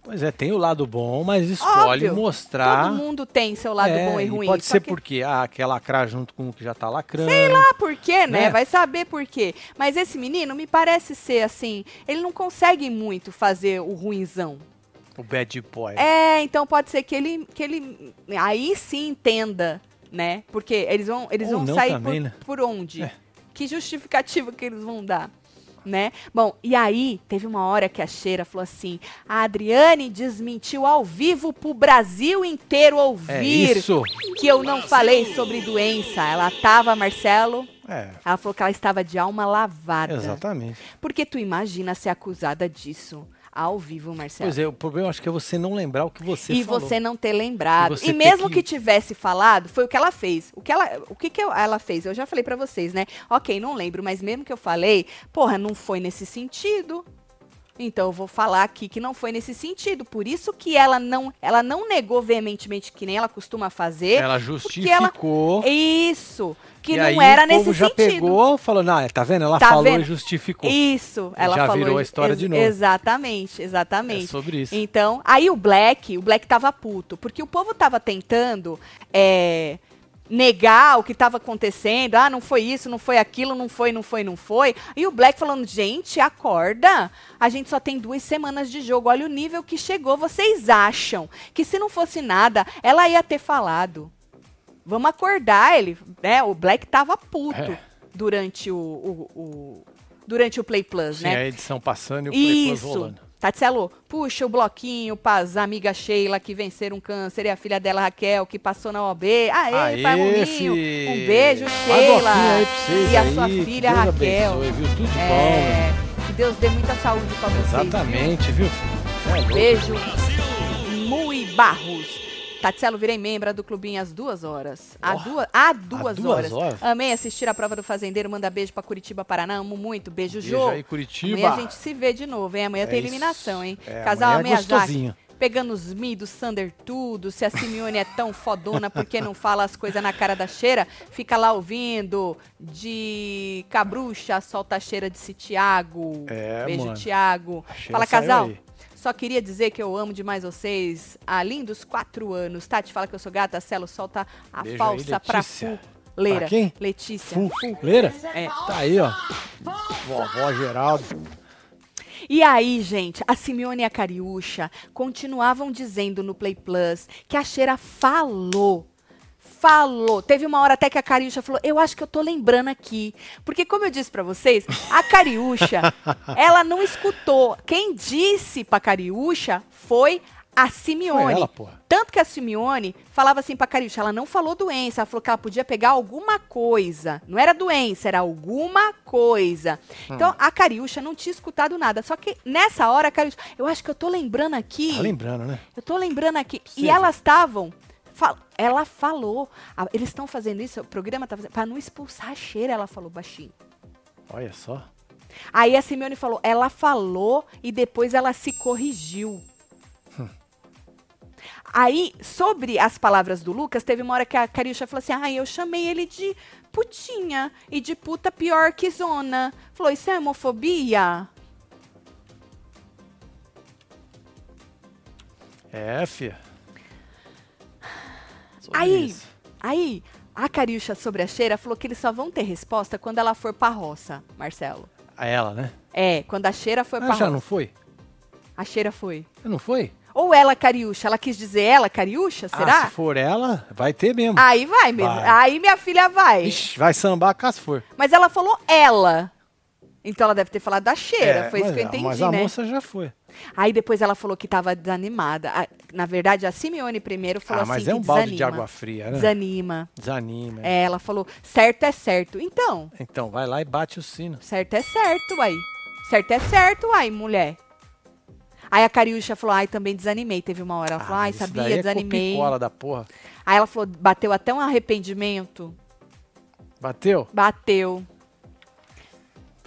Pois é, tem o lado bom, mas escolhe Óbvio. mostrar. Todo mundo tem seu lado Tá. É, bom e ruim. Pode só ser que- porque ah, quer lacrar junto com o que já tá lacrando. Ah, por quê, né? Né? Vai saber por quê. Mas esse menino me parece ser assim, ele não consegue muito fazer o ruinzão. O bad boy. É, então pode ser que ele, que ele aí sim entenda, né? Porque eles vão, eles Ou vão não sair também, por, né? por onde? É. Que justificativa que eles vão dar? Né? Bom, e aí teve uma hora que a Cheira falou assim: a Adriane desmentiu ao vivo pro Brasil inteiro É ouvir isso. que eu não falei sobre doença. Ela tava, Marcelo, É, ela falou que ela estava de alma lavada. exatamente. Porque tu imagina ser acusada disso ao vivo, Marcelo. Pois é, o problema acho que é você não lembrar o que você e falou. você não ter E lembrado. você E, ter mesmo que... que- tivesse falado, foi o que ela fez. O que ela, o que, que eu- ela fez? Eu já falei pra vocês, né? Ok, não lembro, mas mesmo que eu falei, porra, não foi nesse sentido. Então eu vou falar aqui que não foi nesse sentido. Por isso que ela não, ela não negou veementemente que nem ela costuma fazer. Ela justificou. Isso, é que e não aí era o povo nesse já sentido. pegou, falou, não, tá vendo? Ela Tá falou vendo? e justificou. Isso, Já ela falou. virou a ex- história de novo. Exatamente, É exatamente. sobre isso. Então, aí o Black, o Black tava puto, porque o povo tava tentando é, negar o que tava acontecendo. Ah, não foi isso, não foi aquilo, não foi, não foi, não foi. E o Black falando, gente, acorda. A gente só tem duas semanas de jogo. Olha o nível que chegou. Vocês acham que se não fosse nada, ela ia ter falado. Vamos acordar ele, né? O Black tava puto É. durante o, o- o- durante o Play Plus, Sim, né? a edição passando e o Play Plus Isso. rolando. Tatselo, puxa o bloquinho pras amiga Sheila que venceram um câncer e a filha dela Raquel que passou na OB. Aê, Aê, pai Moninho. fi. Um beijo, Vai Sheila. bloquinho aí pra vocês e a aí, sua que filha Deus Raquel. abençoe, viu? Tudo de bom. né? É, que Deus dê muita saúde pra vocês. viu? Exatamente, viu? filho? Cê é louco. Beijo. Mui Barros. Tatselo, virei membra do clubinho às duas horas. Há Ó, duas, há duas, Oh, duas horas. horas? Amei assistir a prova do Fazendeiro. Manda beijo pra Curitiba, Paraná. Amo muito. Beijo, Beijo Jô. aí, Curitiba. Amanhã a gente se vê de novo, hein? Amanhã É tem isso. eliminação, hein? É, Casal amanhã é Ameyazaki. gostosinho. Pegando os mi do Sander tudo, se a Simeone é tão fodona porque não fala as coisas na cara da cheira, fica lá ouvindo de cabrucha, solta a cheira de si Tiago. É, Beijo, mano. Tiago. A Sheila Fala, saiu casal. aí. Só queria dizer que eu amo demais vocês. Há lindos quatro anos. Tati fala que eu sou gata. Celo solta a Beijo aí, falsa pra Letícia. fuleira. Pra quem? Letícia. Fu- Leira? É. Tá aí, ó. Vovó Geraldo. E aí, gente, a Simeone e a Cariúcha continuavam dizendo no Play Plus que a Cheira falou. Falou. Teve uma hora até que a Cariúcha falou: Eu acho que eu tô lembrando aqui. Porque, como eu disse pra vocês, a Cariúcha, ela não escutou. Quem disse pra Cariúcha foi a Simeone. Foi ela, porra. Tanto que a Simeone falava assim pra Cariúcha, ela não falou doença, ela falou que ela podia pegar alguma coisa. Não era doença, era alguma coisa. Então a Cariúcha não tinha escutado nada. Só que nessa hora, a Cariúcha, eu acho que eu tô lembrando aqui. Tá lembrando, né? Eu tô lembrando aqui. E Precisa. elas estavam. fal- Ela falou. a- Eles estão fazendo isso, o programa tá fazendo. Pra não expulsar a cheira, ela falou baixinho. Olha só. Aí a Simeone falou, ela falou e depois ela se corrigiu. Aí, sobre as palavras do Lucas, teve uma hora que a Cariúcha falou assim: ah, eu chamei ele de putinha e de puta pior que zona. Falou, isso é homofobia? É, fia. Sobre Aí, isso. Aí, a Cariúcha sobre a cheira falou que eles só vão ter resposta quando ela for pra roça, Marcelo. A ela, né? É, quando a cheira foi pra Ah, já roça. não foi? A cheira foi. Não foi? Ou ela, Cariúcha, ela quis dizer ela, Cariúcha? Ah, Será? se for ela, vai ter mesmo. Aí vai mesmo. Vai. Aí minha filha vai. Ixi, vai sambar cá se for. Mas ela falou ela. Então ela deve ter falado da cheira, É, foi isso mas que eu a- entendi, Mas a né? moça já foi. Aí depois ela falou que tava desanimada. A- na verdade, a Simeone primeiro falou ah, assim mas que é um balde de desanima. água fria, né? Desanima. Desanima. É, ela falou, certo é certo. Então, Então, vai lá e bate o sino. certo é certo, aí. Certo é certo, aí, mulher. Aí a Cariúcha falou, ai, também desanimei. Teve uma hora, ela falou, ai, isso sabia, daí é desanimei. copicola da porra. Aí ela falou, bateu até um arrependimento. Bateu? Bateu.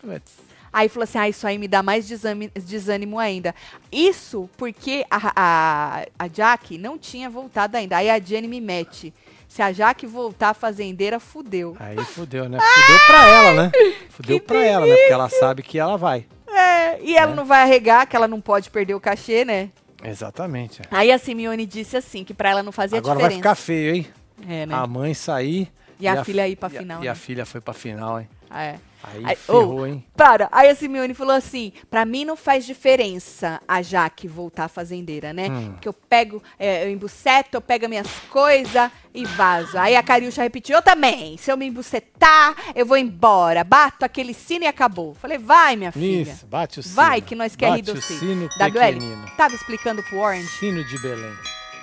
Putz. Aí falou assim: ah, isso aí me dá mais desami- desânimo ainda. Isso porque a, a, a Jaque não tinha voltado ainda. Aí a Jenny me mete. Se a Jaque voltar fazendeira, fudeu. Aí fudeu, né? Fudeu pra ela, né? Fudeu pra ela, né? Porque ela sabe que ela vai. É, e ela não vai arregar, que ela não pode perder o cachê, né? Exatamente. é. Aí a Simeone disse assim: que pra ela não fazia Agora vai diferença. ficar Ah. feio, hein? É, né? A mãe sair. E a filha ir pra e a- final, E a né? filha foi pra final, hein? É. Aí Ai, ferrou, ô, hein? Para. Aí a Simeone falou assim: pra mim não faz diferença a Jaque voltar fazendeira, né? Hum. Porque eu pego, é, eu embuceto, eu pego as minhas coisas e vazo. Aí a Cariúcha repetiu: eu também. Se eu me embucetar, eu vou embora. Bato aquele sino e acabou. Falei: vai, minha filha. Isso, bate o sino. Vai, que nós quer rir Bate do o sino Da Dueli, pequenino. tava explicando pro Orange Sino de Belém.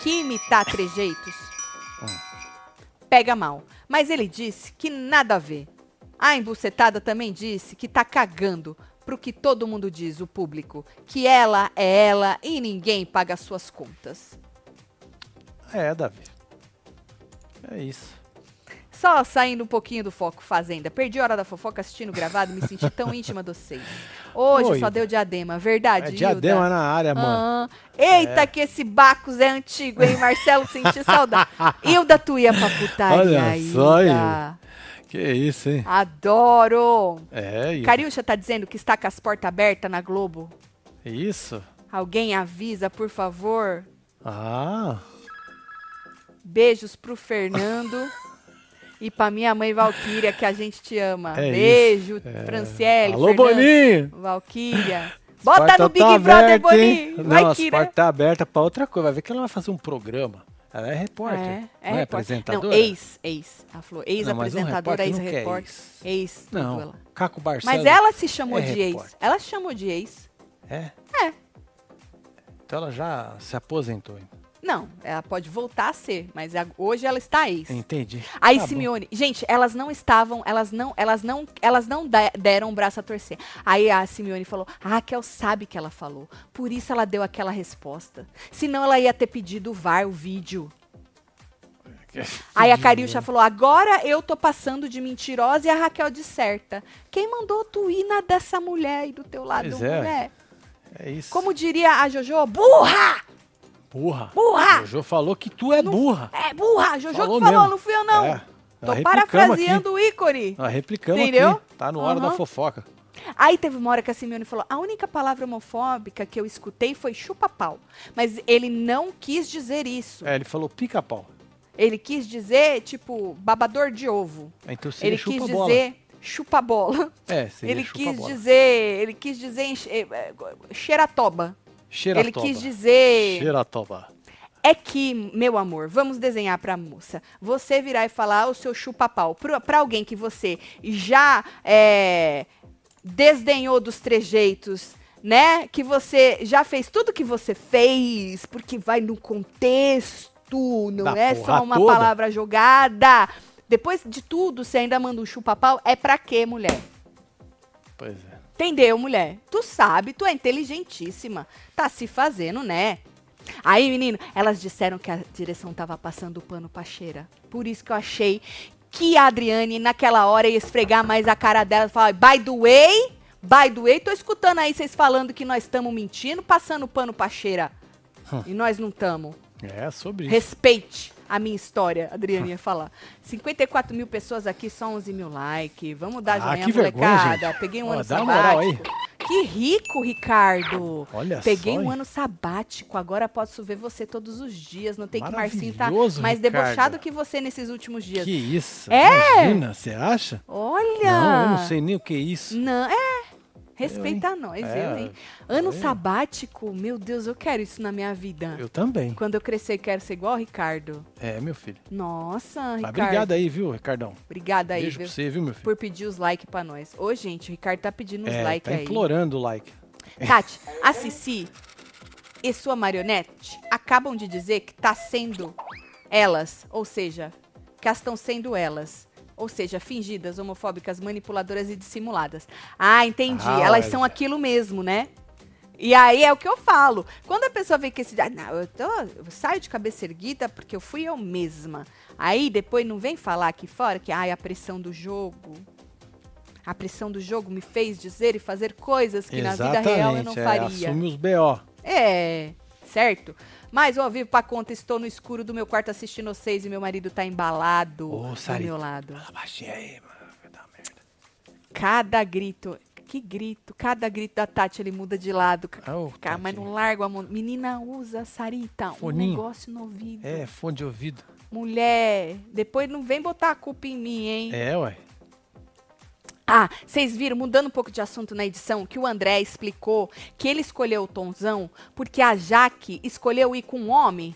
que imitar trejeitos Ah. pega mal. Mas ele disse que nada a ver. A embucetada também disse que tá cagando pro que todo mundo diz, o público, que ela é ela e ninguém paga suas contas. É, Davi. É isso. Só saindo um pouquinho do foco fazenda. Perdi a hora da fofoca assistindo gravado, me senti tão íntima de vocês. Hoje Ô, só Hilda. deu diadema, verdade, É Hilda? diadema na área, Ah, mano. eita, que esse Bacos é antigo, hein? Marcelo senti saudade. Hilda, tu ia pra putaria, Olha só, Hilda. Que isso, hein? Adoro! É isso. Cariúcha tá dizendo que está com as portas abertas na Globo. Isso. Alguém avisa, por favor. Ah, Beijos pro Fernando e pra minha mãe Valquíria, que a gente te ama. É Beijo, Franciele. alô, Fernando, Boninho! Valquíria. Bota Porta no Big tá Brother, aberta, hein? Boninho. Não, Vai as que, portas né? tá abertas pra outra coisa. Vai ver que ela vai fazer um programa. Ela é repórter. É, é, não é repórter. apresentadora? Não, ex, ex. Ela falou Não, mas um ex-apresentadora, repórter não quer ex-repórter. ex. Ex, tudo Não, ela. Caco Barcelos. Mas ela se chamou é de ex. repórter. Ela se chamou de ex. É? É. Então ela já se aposentou. hein? Não, ela pode voltar a ser, mas a- hoje ela está ex. Entendi. Aí Tá bom. Simeone, gente, elas não estavam, elas não, elas não, elas não da- deram o braço a torcer. Aí a Simeone falou: "A Raquel sabe que ela falou. Por isso ela deu aquela resposta. Senão ela ia ter pedido o VAR, o vídeo". Aí a Cariúcha falou: "Agora eu tô passando de mentirosa e a Raquel de certa. Quem mandou tu ir na dessa mulher aí do teu lado, Pois é. mulher? É isso. Como diria a Jojo, burra! Burra. Burra! Jojo falou que tu é burra. É burra, Jojo Falou que falou, mesmo. não fui eu não. É. Tô Nós replicamos parafraseando o ícone. Nós replicamos Entendeu? aqui. Tá no Hora da Aham. Fofoca. Aí teve uma hora que a Simeone falou: a única palavra homofóbica que eu escutei foi chupa-pau. Mas ele não quis dizer isso. É, ele falou pica-pau. Ele quis dizer, tipo, babador de ovo. Então seria ele chupa quis bola. dizer chupa-bola. É, seria Ele chupa quis bola. dizer. Ele quis dizer enche- eh, eh, xeratoba. Ele Xeratoba. quis dizer. Xeratoba. É que, meu amor, vamos desenhar pra moça. Você virar e falar o seu chupa-pau pro- pra alguém que você já é, desdenhou dos trejeitos, né? Que você já fez tudo que você fez, porque vai no contexto, não Da é porra só uma toda. palavra jogada. Depois de tudo, você ainda manda um chupa-pau. É pra quê, mulher? Pois é. Entendeu, mulher? Tu sabe, tu é inteligentíssima. Tá se fazendo, né? Aí, menino, elas disseram que a direção tava passando o pano pra cheira. Por isso que eu achei que a Adriane, naquela hora, ia esfregar mais a cara dela e falar: by the way, by the way, tô escutando aí vocês falando que nós estamos mentindo, passando pano pra cheira. Hum. E nós não estamos. É, sobre isso. Respeite a minha história, a Adriane ia falar. 54 mil pessoas aqui, só 11 mil likes. Vamos dar Ah, joinha, que vergonha, molecada. gente. Peguei um Ó, ano dá uma moral aí. sabático. Que rico, Ricardo. Olha Peguei só. um hein? ano sabático, agora posso ver você todos os dias. Não tem que Marcinho tá Maravilhoso, mais Ricardo. debochado que você nesses últimos dias. Que isso? É! Imagina, você acha? Olha! Não, eu não sei nem o que é isso. Não, é. Respeita nós, É, eu, hein? Ano eu. sabático, meu Deus, eu quero isso na minha vida. Eu também. Quando eu crescer, quero ser igual o Ricardo. É, meu filho. Nossa, Mas Ricardo. Tá, obrigado aí, viu, Ricardão? Obrigada aí, Beijo viu? pra você, viu, meu filho? Por pedir os likes pra nós. Ô, gente, o Ricardo tá pedindo os é, likes tá aí. implorando o like. Tati, a Cici e sua marionete acabam de dizer que tá sendo elas, ou seja, que elas estão sendo elas. Ou seja, fingidas, homofóbicas, manipuladoras e dissimuladas. Ah, entendi. Ah, elas olha. são aquilo mesmo, né? E aí é o que eu falo. Quando a pessoa vê que esse. Ah, não, eu, tô- eu saio de cabeça erguida porque eu fui eu mesma. Aí depois não vem falar aqui fora que ai, a pressão do jogo. A pressão do jogo me fez dizer e fazer coisas que na vida real eu não é, faria. Assume os BO. É, certo? Mas eu ao vivo pra conta, estou no escuro do meu quarto assistindo vocês e meu marido tá embalado Ô, do Sarita. meu lado. Fala baixinho aí, mano. Vai dar merda. Cada grito, que grito, cada grito da Tati, ele muda de lado. Ah, Ô, Cara, mas não tadinho. larga a mão. Menina, usa, Sarita, um Foninho. negócio no ouvido. É, fone de ouvido. Mulher, depois não vem botar a culpa em mim, hein? É, ué. Ah, vocês viram, mudando um pouco de assunto na edição, que o André explicou que ele escolheu o Tonzão porque a Jaque escolheu ir com um homem.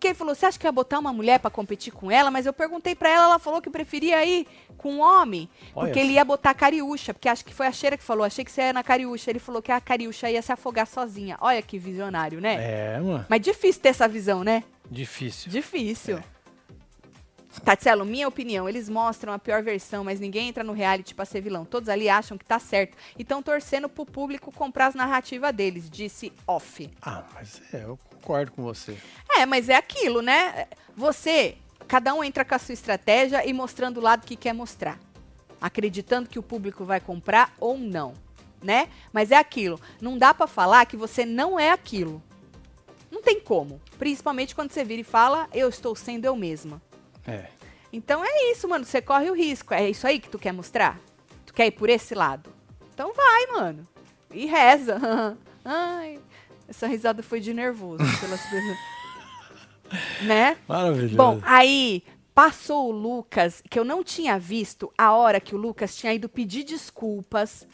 Que ele falou, você acha que ia botar uma mulher pra competir com ela? Mas eu perguntei pra ela, ela falou que preferia ir com um homem. Olha porque ele só. ia botar a Cariúcha, porque acho que foi a Cheira que falou, achei que você ia na Cariúcha. Ele falou que a Cariúcha ia se afogar sozinha. Olha que visionário, né? É, mano. Mas difícil ter essa visão, né? Difícil. Difícil. É. Tatielo, minha opinião, eles mostram a pior versão, mas ninguém entra no reality pra ser vilão. Todos ali acham que tá certo e estão torcendo pro público comprar as narrativas deles, disse off. Ah, mas é, eu concordo com você. É, mas é aquilo, né? Você, cada um entra com a sua estratégia e mostrando o lado que quer mostrar. Acreditando que o público vai comprar ou não, né? Mas é aquilo. Não dá pra falar que você não é aquilo. Não tem como. Principalmente quando você vira e fala, eu estou sendo eu mesma. É. Então é isso, mano. Você corre o risco. É isso aí que tu quer mostrar? Tu quer ir por esse lado? Então vai, mano. E reza. Ai, essa risada foi de nervoso. Pelas... coisas. né? Maravilhoso. Bom, aí passou o Lucas, que eu não tinha visto a hora que o Lucas tinha ido pedir desculpas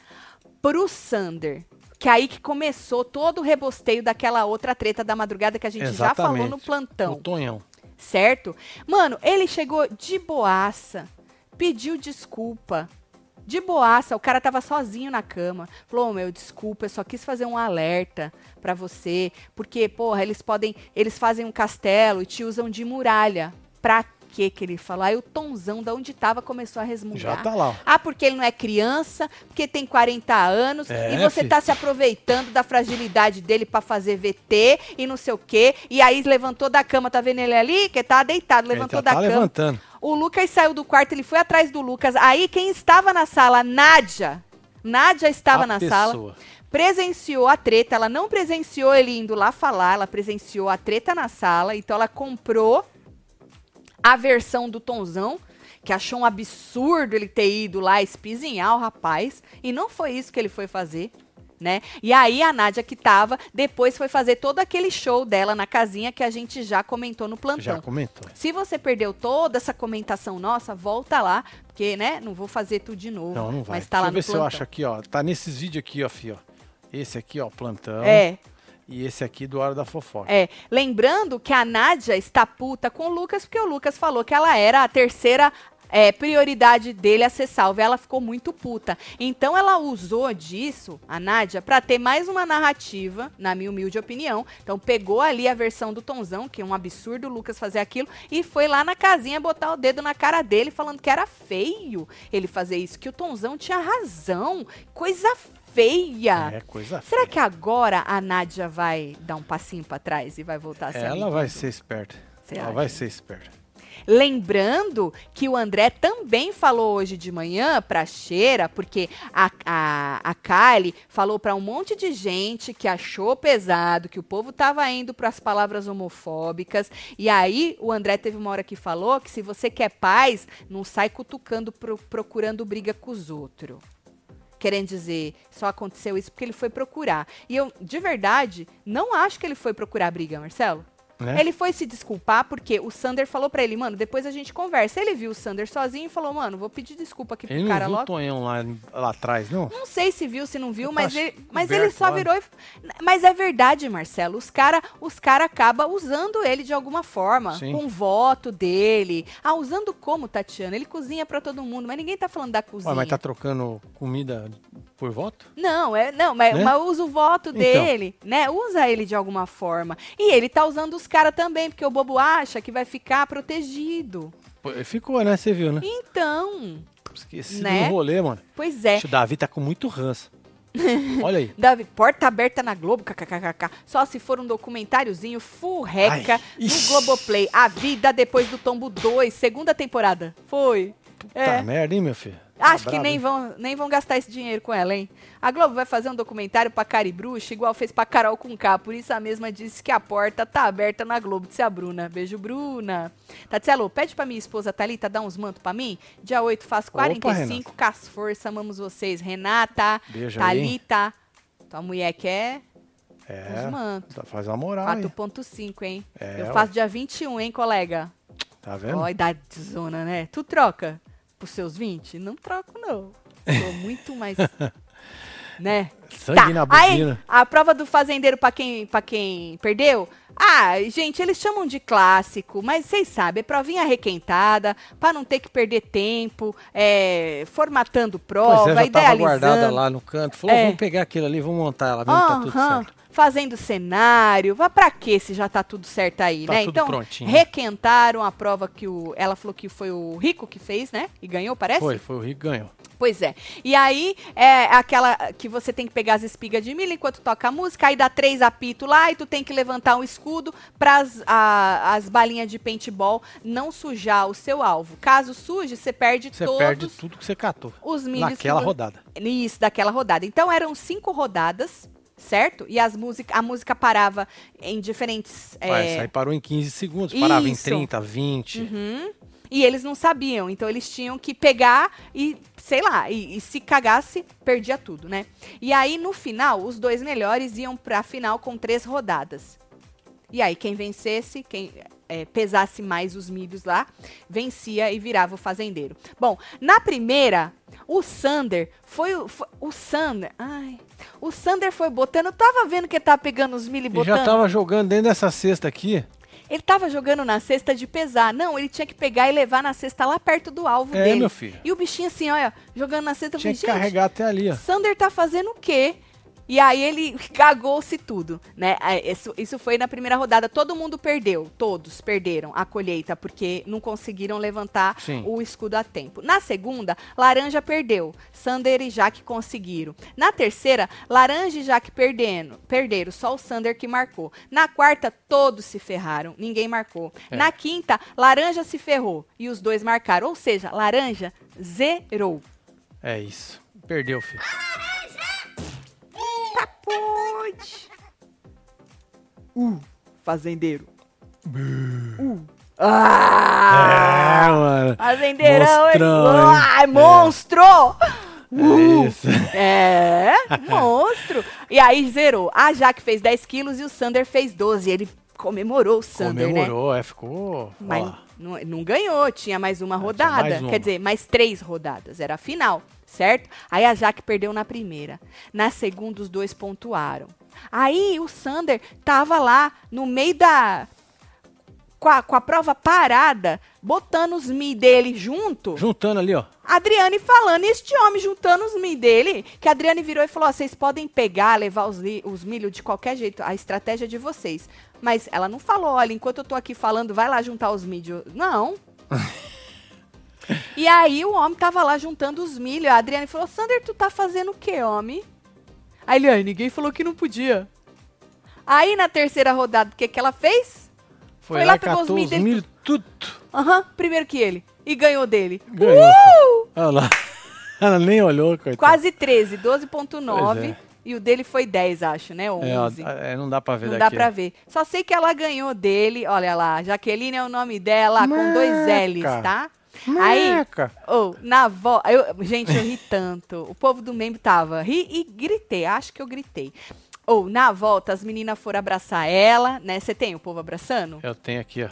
pro Sander. Que é aí que começou todo o rebosteio daquela outra treta da madrugada que a gente já falou no Exatamente. plantão O Tonhão. certo? Mano, ele chegou de boaça, pediu desculpa. De boaça, o cara tava sozinho na cama. Falou, "Ô, meu, desculpa, eu só quis fazer um alerta pra você, porque, porra, eles podem, eles fazem um castelo e te usam de muralha. Pra quê que ele falou? Aí o tonzão da onde tava começou a resmungar. Já tá lá. ó. Ah, porque ele não é criança, porque tem 40 anos É, e você fi. tá se aproveitando da fragilidade dele pra fazer VT e não sei o quê. E aí levantou da cama, tá vendo ele ali? Que tá deitado, levantou Ele da já tá cama. levantando. O Lucas saiu do quarto, ele foi atrás do Lucas. Aí quem estava na sala, Nádia. Nádia estava A na sala, pessoa. presenciou a treta. Ela não presenciou ele indo lá falar, ela presenciou a treta na sala. Então ela comprou a versão do Tonzão, que achou um absurdo ele ter ido lá espizinhar o rapaz. E não foi isso que ele foi fazer. Né? E aí a Nádia que tava, depois foi fazer todo aquele show dela na casinha que a gente já comentou no plantão. Já comentou. Se você perdeu toda essa comentação nossa, volta lá, porque, né, não vou fazer tudo de novo. Não, não vai. Mas tá lá Deixa eu ver no se eu plantão. acho aqui, ó. Tá nesses vídeos aqui, ó, fi, ó. Esse aqui, ó, plantão. É, E esse aqui do Hora da Fofoca. é. Lembrando que a Nádia está puta com o Lucas, porque o Lucas falou que ela era a terceira é, prioridade dele a ser salva. Ela ficou muito puta. Então ela usou disso, a Nádia, pra ter mais uma narrativa, na minha humilde opinião. Então pegou ali a versão do Tonzão, que é um absurdo o Lucas fazer aquilo, e foi lá na casinha botar o dedo na cara dele, falando que era feio ele fazer isso, que o Tonzão tinha razão. Coisa feia. É coisa Será feia. que agora a Nádia vai dar um passinho pra trás e vai voltar a ser Ela amiga? vai ser esperta. tá Você Ela acha? vai ser esperta. Lembrando que o André também falou hoje de manhã pra Cheira, porque a, a, a Kylie falou pra um monte de gente que achou pesado, que o povo tava indo pras palavras homofóbicas. E aí o André teve uma hora que falou que se você quer paz, não sai cutucando, pro- procurando briga com os outros. Querendo dizer, só aconteceu isso porque ele foi procurar. E eu, de verdade, não acho que ele foi procurar briga, Marcelo. Né? Ele foi se desculpar porque o Sander falou pra ele, mano, depois a gente conversa. Ele viu o Sander sozinho e falou, mano, vou pedir desculpa aqui pro Ele não cara viu o logo. Tonhão lá, lá atrás, não? Não sei se viu, se não viu, Eu mas acho ele, que mas coberto ele só lá. virou e... Mas é verdade, Marcelo. Os cara, os cara acaba usando ele de alguma forma. Sim. Com o voto dele. Ah, usando como, Tatiana? Ele cozinha pra todo mundo, mas ninguém tá falando da cozinha. Ué, mas tá trocando comida por voto? Não, é, não, mas, Né? mas usa o voto Então. dele, né? Usa ele de alguma forma. E ele tá usando os caras também, porque o bobo acha que vai ficar protegido. Pô, Ficou, né? Você viu, né? Então, Esqueci né? do rolê, mano. pois é. Ixi, O Davi tá com muito ranço. Olha aí. Davi, porta aberta na Globo, kkkk. Só se for um documentáriozinho furreca Ai, no ixi. Globoplay. A vida depois do tombo 2, segunda temporada. Foi. Puta É. Tá merda, hein, meu filho? Tá Acho é brava, que nem hein? vão, nem vão gastar esse dinheiro com ela, hein? A Globo vai fazer um documentário pra Cari Bruxa, igual fez pra Carol com K. Por isso a mesma disse que a porta tá aberta na Globo, disse a Bruna. Beijo, Bruna. Tatielo, pede pra minha esposa Thalita dar uns mantos pra mim. Dia 8 faz Opa, 45, cas força, amamos vocês. Renata, Beijo aí. Thalita, tua mulher quer uns É, mantos. tá- faz uma moral aí. 4.5, hein? É, Eu ué. faço dia 21, hein, colega? Tá Ó, vendo? a idade de zona, né? Tu troca pros seus 20? Não troco, não. Sou muito mais. né? Sangue Tá, na aí, buzina. a prova do fazendeiro pra quem, pra quem perdeu. Ah, gente, eles chamam de clássico, mas vocês sabem, é provinha requentada, pra não ter que perder tempo, é, formatando prova, pois é, já tava guardada idealizando. lá no canto. Falou, É. vamos pegar aquilo ali, vamos montar ela, vendo que tá tudo Aham, certo. Fazendo cenário. Vá pra quê se já tá tudo certo aí, Tá né? tudo então, prontinho. requentaram a prova que o. Ela falou que foi o Rico que fez, né? E ganhou, parece? Foi, foi o Rico que ganhou. Pois é. E aí, é aquela que você tem que pegar as espigas de milho enquanto toca a música, aí dá três apitos lá e tu tem que levantar um escudo para as, balinhas de paintball não sujar o seu alvo. Caso suje, você perde Você todos perde tudo que você catou. os milhos Naquela que vo- rodada. isso, daquela rodada. Então eram cinco rodadas, certo? E as música, a música parava em diferentes. Ah, é, essa aí parou em 15 segundos, parava Isso. em 30, 20. Uhum. E eles não sabiam, então eles tinham que pegar e, sei lá, e, e se cagasse, perdia tudo, né? E aí, no final, os dois melhores iam pra final com três rodadas. E aí, quem vencesse, quem é, pesasse mais os milhos lá, vencia e virava o fazendeiro. Bom, na primeira, o Sander foi o. foi- o Sander. Ai. O Sander foi botando. Tava vendo que ele tava pegando os milhos e E botando. Então, já tava jogando dentro dessa cesta aqui. Ele tava jogando na cesta de pesar. Não, ele tinha que pegar e levar na cesta lá perto do alvo É, dele. meu filho. E o bichinho assim, olha, jogando na cesta. Eu falei, Tinha que gente, carregar até ali, ó. Sander tá fazendo o quê? E aí ele cagou-se tudo, né? Ah, Isso, isso foi na primeira rodada. Todo mundo perdeu, todos perderam a colheita, porque não conseguiram levantar Sim. o escudo a tempo. Na segunda, Laranja perdeu. Sander e Jaque conseguiram. Na terceira, Laranja e Jaque perdendo, perderam. Só o Sander que marcou. Na quarta, todos se ferraram. Ninguém marcou. É. Na quinta, Laranja se ferrou. E os dois marcaram. Ou seja, Laranja zerou. É isso. Perdeu, filho. Capote. Uh, fazendeiro. Uh. Ah! É, mano. Fazendeirão, Monstrão, hein? hein? Ai, É. monstro! Uh! É isso. É, monstro. E aí zerou. A Jaque fez 10 quilos e o Sander fez 12. Ele comemorou o Sander, né? Comemorou, é, ficou. Mas ó, Ah, não, não ganhou, tinha mais uma tinha rodada. mais uma. Quer dizer, mais três rodadas, era a final, certo? Aí a Jaque perdeu na primeira. Na segunda, os dois pontuaram. Aí o Sander tava lá no meio da. Com a, com a prova parada, botando os mi dele junto. Juntando ali, ó. A Adriane falando, e este homem juntando os mi dele, que a Adriane virou e falou: ó, vocês podem pegar, levar os, li- os milho de qualquer jeito, a estratégia é de vocês. Mas ela não falou, olha, enquanto eu tô aqui falando, vai lá juntar os milho. Não. e aí o homem tava lá juntando os milho. A Adriane falou: Sander, tu tá fazendo o quê, homem? Aí ele, "Ai, ninguém falou que não podia. Aí na terceira rodada, o que, que ela fez? Foi, Foi lá, lá, e pegou os catou os milho dele, milho, tudo. Aham, primeiro que ele. E ganhou dele. Ganhou. filho. Olha lá. Ela nem olhou, coitado. Quase 13, 12.9. Pois é. E o dele foi 10, acho, né? Ou É, ó, 11. é, não dá pra ver não dá daqui. pra ver. Só sei que ela ganhou dele. Olha lá, Jaqueline é o nome dela, com dois Meca. L's, tá? Aí, Meca. ou na vo... eu- gente, eu ri tanto. O povo do membro tava. Ri e gritei. Acho que eu gritei. Ou, na volta, as meninas foram abraçar ela, né? Você tem o povo abraçando? Eu tenho aqui, ó.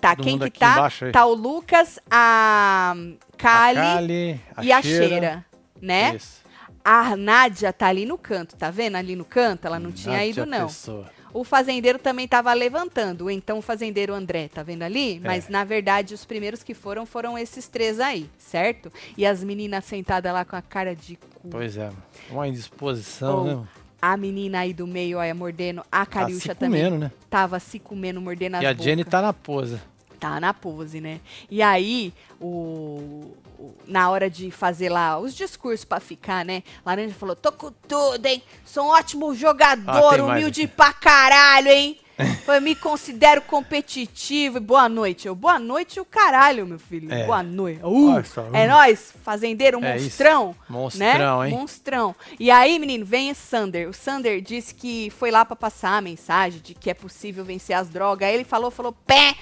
Tá, Todo quem mundo que aqui tá? embaixo aí. tá o Lucas, a A Kali, Kali, e a Cheira, né? Isso. A Nádia tá ali no canto, tá vendo? Ali no canto, ela não tinha Nádia ido, não. Pessoa. O fazendeiro também tava levantando, então o fazendeiro André, tá vendo É. ali? Mas, na verdade, os primeiros que foram, foram esses três aí, certo? E as meninas sentadas lá com a cara de cu. Pois é. Uma indisposição, Ou né? mano? A menina aí do meio, olha, mordendo. A Tá Cariúcha se também comendo, né? tava se comendo, mordendo as E a bocas. Jenny tá na pose. Tá na pose, né? E aí, o, o- na hora de fazer lá os discursos pra ficar, né? Laranja falou: tô com tudo, hein? Sou um ótimo Ah, jogador, tem mais humilde pra caralho, hein? Foi, me considero competitivo. e Boa noite. Eu, boa noite, o caralho, meu filho. É. Boa noite. Uh, Nossa, uh. É nóis, fazendeiro É isso. monstrão. Monstrão, né? hein? Monstrão. E aí, menino, vem esse Sander. O Sander disse que foi lá pra passar a mensagem de que é possível vencer as drogas. Aí ele falou, falou, pé,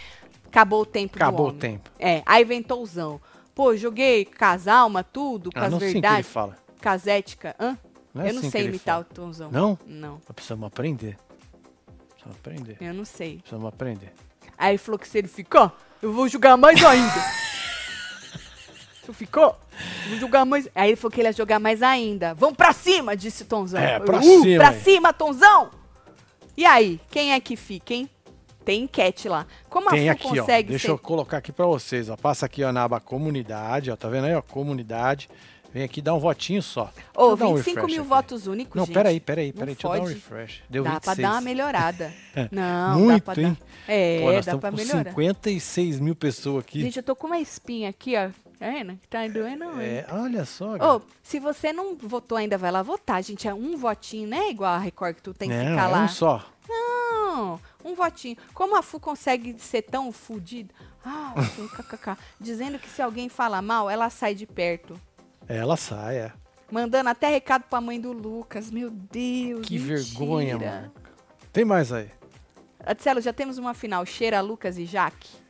acabou o tempo do Acabou o homem. tempo. É, aí vem Touzão. Pô, joguei com as almas, tudo, com Ah, as não sei o que ele verdades, fala. com as éticas. Hã? Não é eu não assim que sei ele imitar fala. o Touzão. Não? Não, Nós precisamos aprender. Precisamos aprender. eu não sei. Precisamos aprender. Aí ele falou que se ele ficar, eu vou julgar mais ainda. se eu ficar, eu vou julgar mais. Aí ele falou que ele ia jogar mais ainda. Vamos pra cima, disse Tonzão. É, Eu, pra "Uh, cima, Pra hein?" cima, Tonzão! E aí, quem é que fica, hein? Tem enquete lá. Como Tem a Fu aqui, ó. consegue Deixa ser... eu colocar aqui pra vocês, ó. Passa aqui, ó, na aba comunidade, ó. Tá vendo aí, ó? Comunidade. Vem aqui dar um votinho só. Ô, Deixa eu dar um 25 refresh mil aqui. votos únicos, Não, gente. peraí, peraí, peraí. Não Deixa eu dar um fode. refresh. Deu Dá 26. pra dar uma melhorada. Não, dá É, Muito, pra dar. hein? É, Pô, nós dá estamos pra com melhorar. 56 mil pessoas aqui. Gente, eu tô com uma espinha aqui, ó. Tá vendo? Tá doendo, hein? É, olha só, Ô, se você não votou ainda, vai lá votar, gente. É um votinho, né? Igual a Record que tu tem que Não, ficar é lá. um só. Não, um votinho. Como a Fu consegue ser tão fudida? Ah, assim, kkk. Dizendo que se alguém fala mal, ela sai de perto. Ela sai, é. Mandando até recado pra mãe do Lucas. Meu Deus, Que mentira. vergonha, mano. Tem mais aí. Adicelo, já temos uma final. Cheira Lucas e Jaque.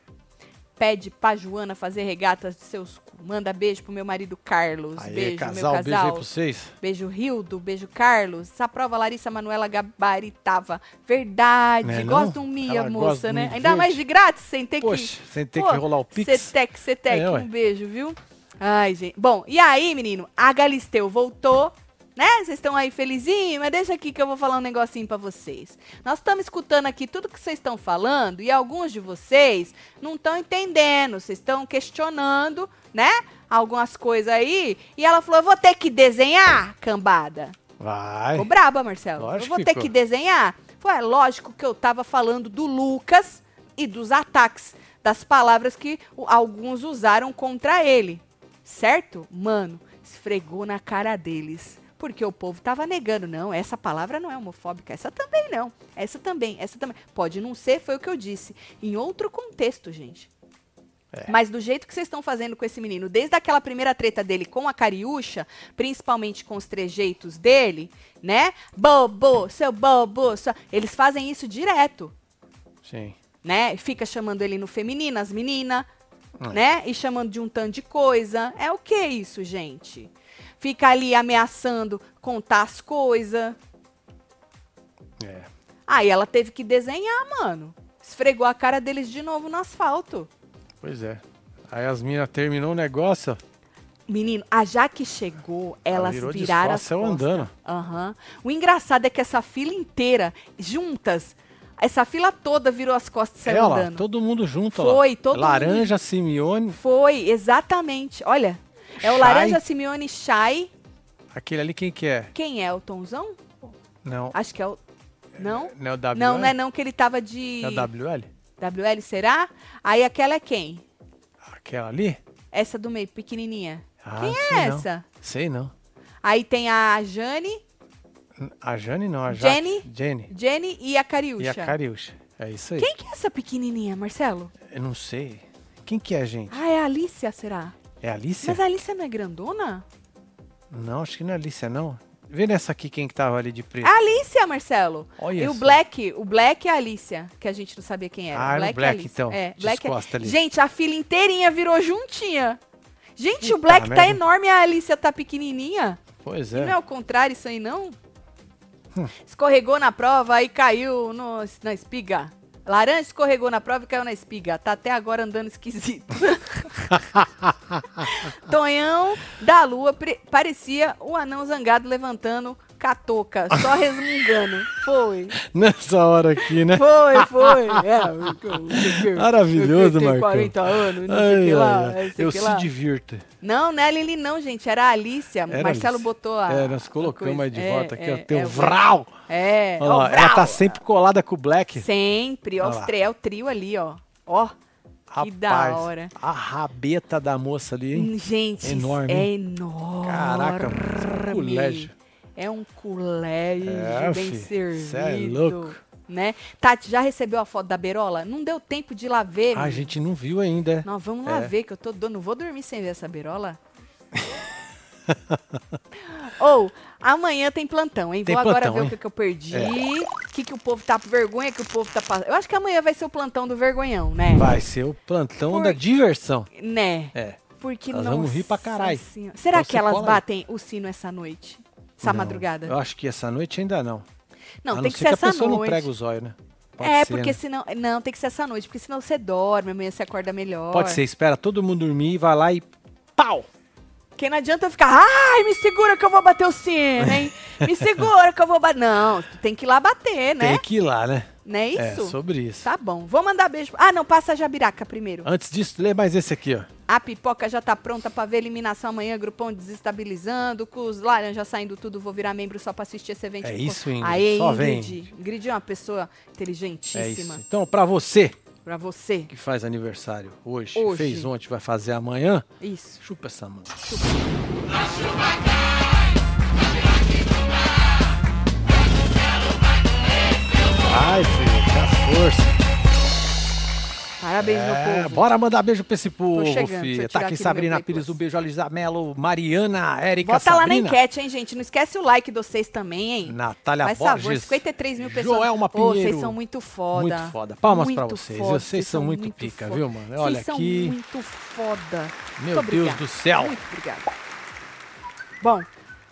Pede pra Joana fazer regatas de seus cu. Manda beijo pro meu marido Carlos. Aí, beijo, casal, meu beijo aí casal. pra vocês. Beijo Rildo, beijo Carlos. Essa prova Larissa Manuela gabaritava. Verdade. Não é não? gosta de um Mia, Ela gosta moça, de um né? Mia Ainda verde. mais de grátis, sem ter que. Poxa, sem ter que Pô, rolar o pix. Cetec, Cetec, É, ué. um beijo, viu? Ai, gente. Bom, e aí, menino? A Galisteu voltou, né? Vocês estão aí felizinhos? Mas deixa aqui que eu vou falar um negocinho pra vocês. Nós estamos escutando aqui tudo que vocês estão falando e alguns de vocês não estão entendendo, vocês estão questionando, né? Algumas coisas aí. E ela falou: eu vou ter que desenhar, cambada. Vai. Ficou braba, Marcelo. Lógico eu vou que ter ficou. que desenhar. Foi, é lógico que eu tava falando do Lucas e dos ataques, das palavras que o- alguns usaram contra ele. Certo? Mano, esfregou na cara deles. Porque o povo tava negando. Não, essa palavra não é homofóbica. Essa também não. Essa também, essa também. Pode não ser, foi o que eu disse. Em outro contexto, gente. Mas do jeito que vocês estão fazendo com esse menino, desde aquela primeira treta dele com a Cariúcha, principalmente com os trejeitos dele, né? Bobo, seu bobo, seu... eles fazem isso direto, Sim. né? Fica chamando ele no feminino, as meninas, É. né? E chamando de um tanto de coisa. É o que isso, gente? Fica ali ameaçando contar as coisas. É. Aí ela teve que desenhar, mano. Esfregou a cara deles de novo no asfalto. Pois é. Aí as minas terminou o negócio, Menino, a Jaque chegou, elas virou de viraram as costas, saiu costas. andando. Aham. O engraçado é que essa fila inteira, juntas, essa fila toda virou as costas e é, saiu ó lá, andando. todo mundo junto, ó Foi, lá. todo Laranja, Simeone, Foi, exatamente. Olha, é o Shai. Laranja Simeone Shai. aquele ali quem que é? Quem é? O Tonzão? Não, Acho que é o... Não? não é o WL? Não, não é não, que ele tava de... É o WL? WL, será? Aí aquela é quem? Aquela ali? Essa do meio, pequenininha. Ah, quem é sei não. essa? Sei não. Aí tem a Jane, A Jane não, a Jenny? Jaque. Jenny. Jenny e a Cariúcha. E a Cariúcha. É isso aí. Quem que é essa pequenininha, Marcelo? Eu não sei. Quem que é, gente? Ah, é a Alicia, será? É a Alicia? Mas a Alicia não é grandona? Não, acho que não é a Alicia, não. Vê nessa aqui quem que tava ali de preto. A Alicia, Marcelo. Olha e o só. Black, o Black é a Alicia, que a gente não sabia quem era. Ah, o era Black, é o a Black, Alicia. então. É, Black é- Descosta ali. Gente, a fila inteirinha virou juntinha. Gente, o Puta Black tá merda. enorme e a Alicia tá pequenininha. Pois E é. Não é o contrário isso aí, não? Hum. Escorregou na prova e caiu no- na espiga. Laranja escorregou na prova e caiu na espiga. Tá até agora andando esquisito. Tonhão da Lua pre- parecia o anão zangado levantando catoca, só resmungando. Foi, Nessa hora aqui, né? foi, foi. É, Maravilhoso, Marcão. Marcão. 40 anos, não sei o que Ai, lá. ai, ai. não sei o Eu que se lá. divirto. Não, não é a Lili, não, gente. Era a Alicia. Era a Marcelo Alicia. botou a. é, nós a colocamos coisa. aí de É, volta aqui, é, ó. Tem é, um Vral. É. Olha ó, lá, ela vrau. tá sempre colada com o Black. Sempre, ó. Olha Os lá. tre- é o trio ali, ó. Ó. Rapaz, da hora. Hum, a rabeta da moça ali, hein? Gente, isso Enorme, é hein? enorme. Caraca, mano, isso é um colégio. É um colégio É, bem fi, cê é servido. louco. né? Tati, já recebeu a foto da Berola? Não deu tempo de ir lá ver. Ah, a menino. gente não viu ainda. Nós vamos lá É. ver que eu tô do... não vou dormir sem ver essa berola. Ou, amanhã tem plantão, hein? Tem vou agora plantão, ver o hein? que, que eu perdi. O É. que, que o povo tá. Vergonha que o povo tá passando. Eu acho que amanhã vai ser o plantão do vergonhão, né? Vai ser o plantão Por- da diversão. Né? É. Porque Nós nossa vamos rir pra caralho. Senhora. Será Então que você elas cola aí. batem o sino essa noite? Essa Não, Tá madrugada? Eu acho que essa noite ainda não. Não, a não tem ser que que, ser a essa pessoa não noite. pregue os olhos, né? Pode é, ser, porque né? senão. Não, tem que ser essa noite, porque senão você dorme, amanhã você acorda melhor. Pode ser, espera todo mundo dormir e vai lá e pau! Porque não adianta eu ficar, ai, me segura que eu vou bater o sino, hein? Me segura que eu vou bater. Não, tu tem que ir lá bater, né? Tem que ir lá, né? Não é isso? É, sobre isso. Tá bom. Vou mandar beijo. Ah, não, passa a jabiraca primeiro. Antes disso, lê mais esse aqui, ó. A pipoca já tá pronta pra ver eliminação amanhã, grupão desestabilizando, com os laranjas saindo tudo, vou virar membro só pra assistir esse evento. É isso, Ingrid. Aê, Só vem, Ingrid. Ingrid é uma pessoa É isso. inteligentíssima. Então, pra você pra você. que faz aniversário hoje, Hoje. fez ontem, vai fazer amanhã, Isso. chupa essa mão. Ai, filho, que a força. Parabéns, É, meu povo. bora mandar beijo pra esse povo, chegando, deixa eu filho. tirar Tá aqui aqui do Sabrina meu Play Pires, um Plus. beijo, Alisa Mello, Mariana, Érica Bota lá na Sabrina. enquete, hein, gente. Não esquece o like de vocês também, hein? Natália Faz Borges. favor, 53 mil pessoas. Joelma Ô, Pinheiro. vocês são muito foda. Muito foda. Palmas pra Muito vocês. foda, Vocês são muito pica, foda. viu, mano? Vocês Olha são aqui. muito foda. Meu Muito Deus obrigada. do céu. Muito obrigada. Bom,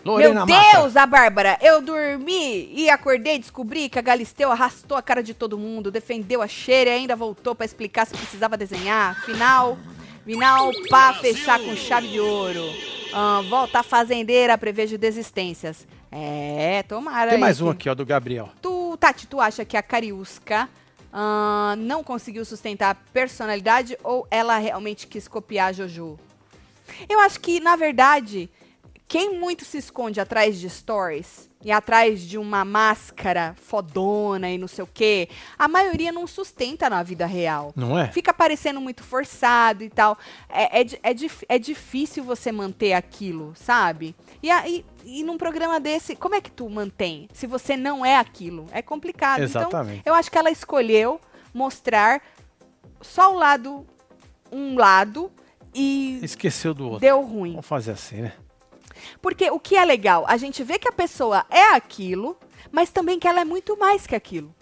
Lorena meu Massa. Deus, a Bárbara, eu dormi e acordei e descobri que a Galisteu arrastou a cara de todo mundo, defendeu a cheira e ainda voltou pra explicar se precisava desenhar. Final, final pra fechar com chave de ouro. Ah, volta a fazendeira, prevejo desistências. É, tomara. Tem aí mais que- um aqui, ó, do Gabriel. Tu, Tati, tu acha que a Cariusca ah, não conseguiu sustentar a personalidade ou ela realmente quis copiar a Jojo? Eu acho que, na verdade, quem muito se esconde atrás de stories e atrás de uma máscara fodona e não sei o quê, a maioria não sustenta na vida real. Não é? Fica parecendo muito forçado e tal. É, é, di- é, dif- é difícil você manter aquilo, sabe? E, aí, e num programa desse, como é que tu mantém? Se você não é aquilo? É complicado. Exatamente. Então, eu acho que ela escolheu mostrar só o lado, um lado, e Esqueceu do outro. deu ruim. Vamos fazer assim, né? Porque o que é legal? A gente vê que a pessoa é aquilo, mas também que ela é muito mais que aquilo.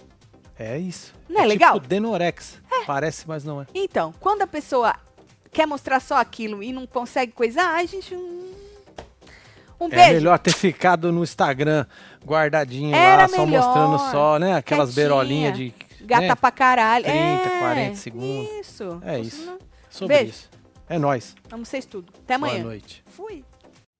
É isso. Não é tipo legal? Denorex. Parece, mas não é. Então, quando a pessoa quer mostrar só aquilo e não consegue coisar, ai, gente. hum. Um É beijo. melhor ter ficado no Instagram guardadinho Era lá, só melhor. mostrando só, né? Aquelas Quietinha. berolinhas de Gata né? pra caralho. 30, é, 40 segundos. Isso. É Funciona. isso. Sobre Beijo. isso. É nóis. Vamos vocês tudo. Até Boa amanhã. noite. Fui.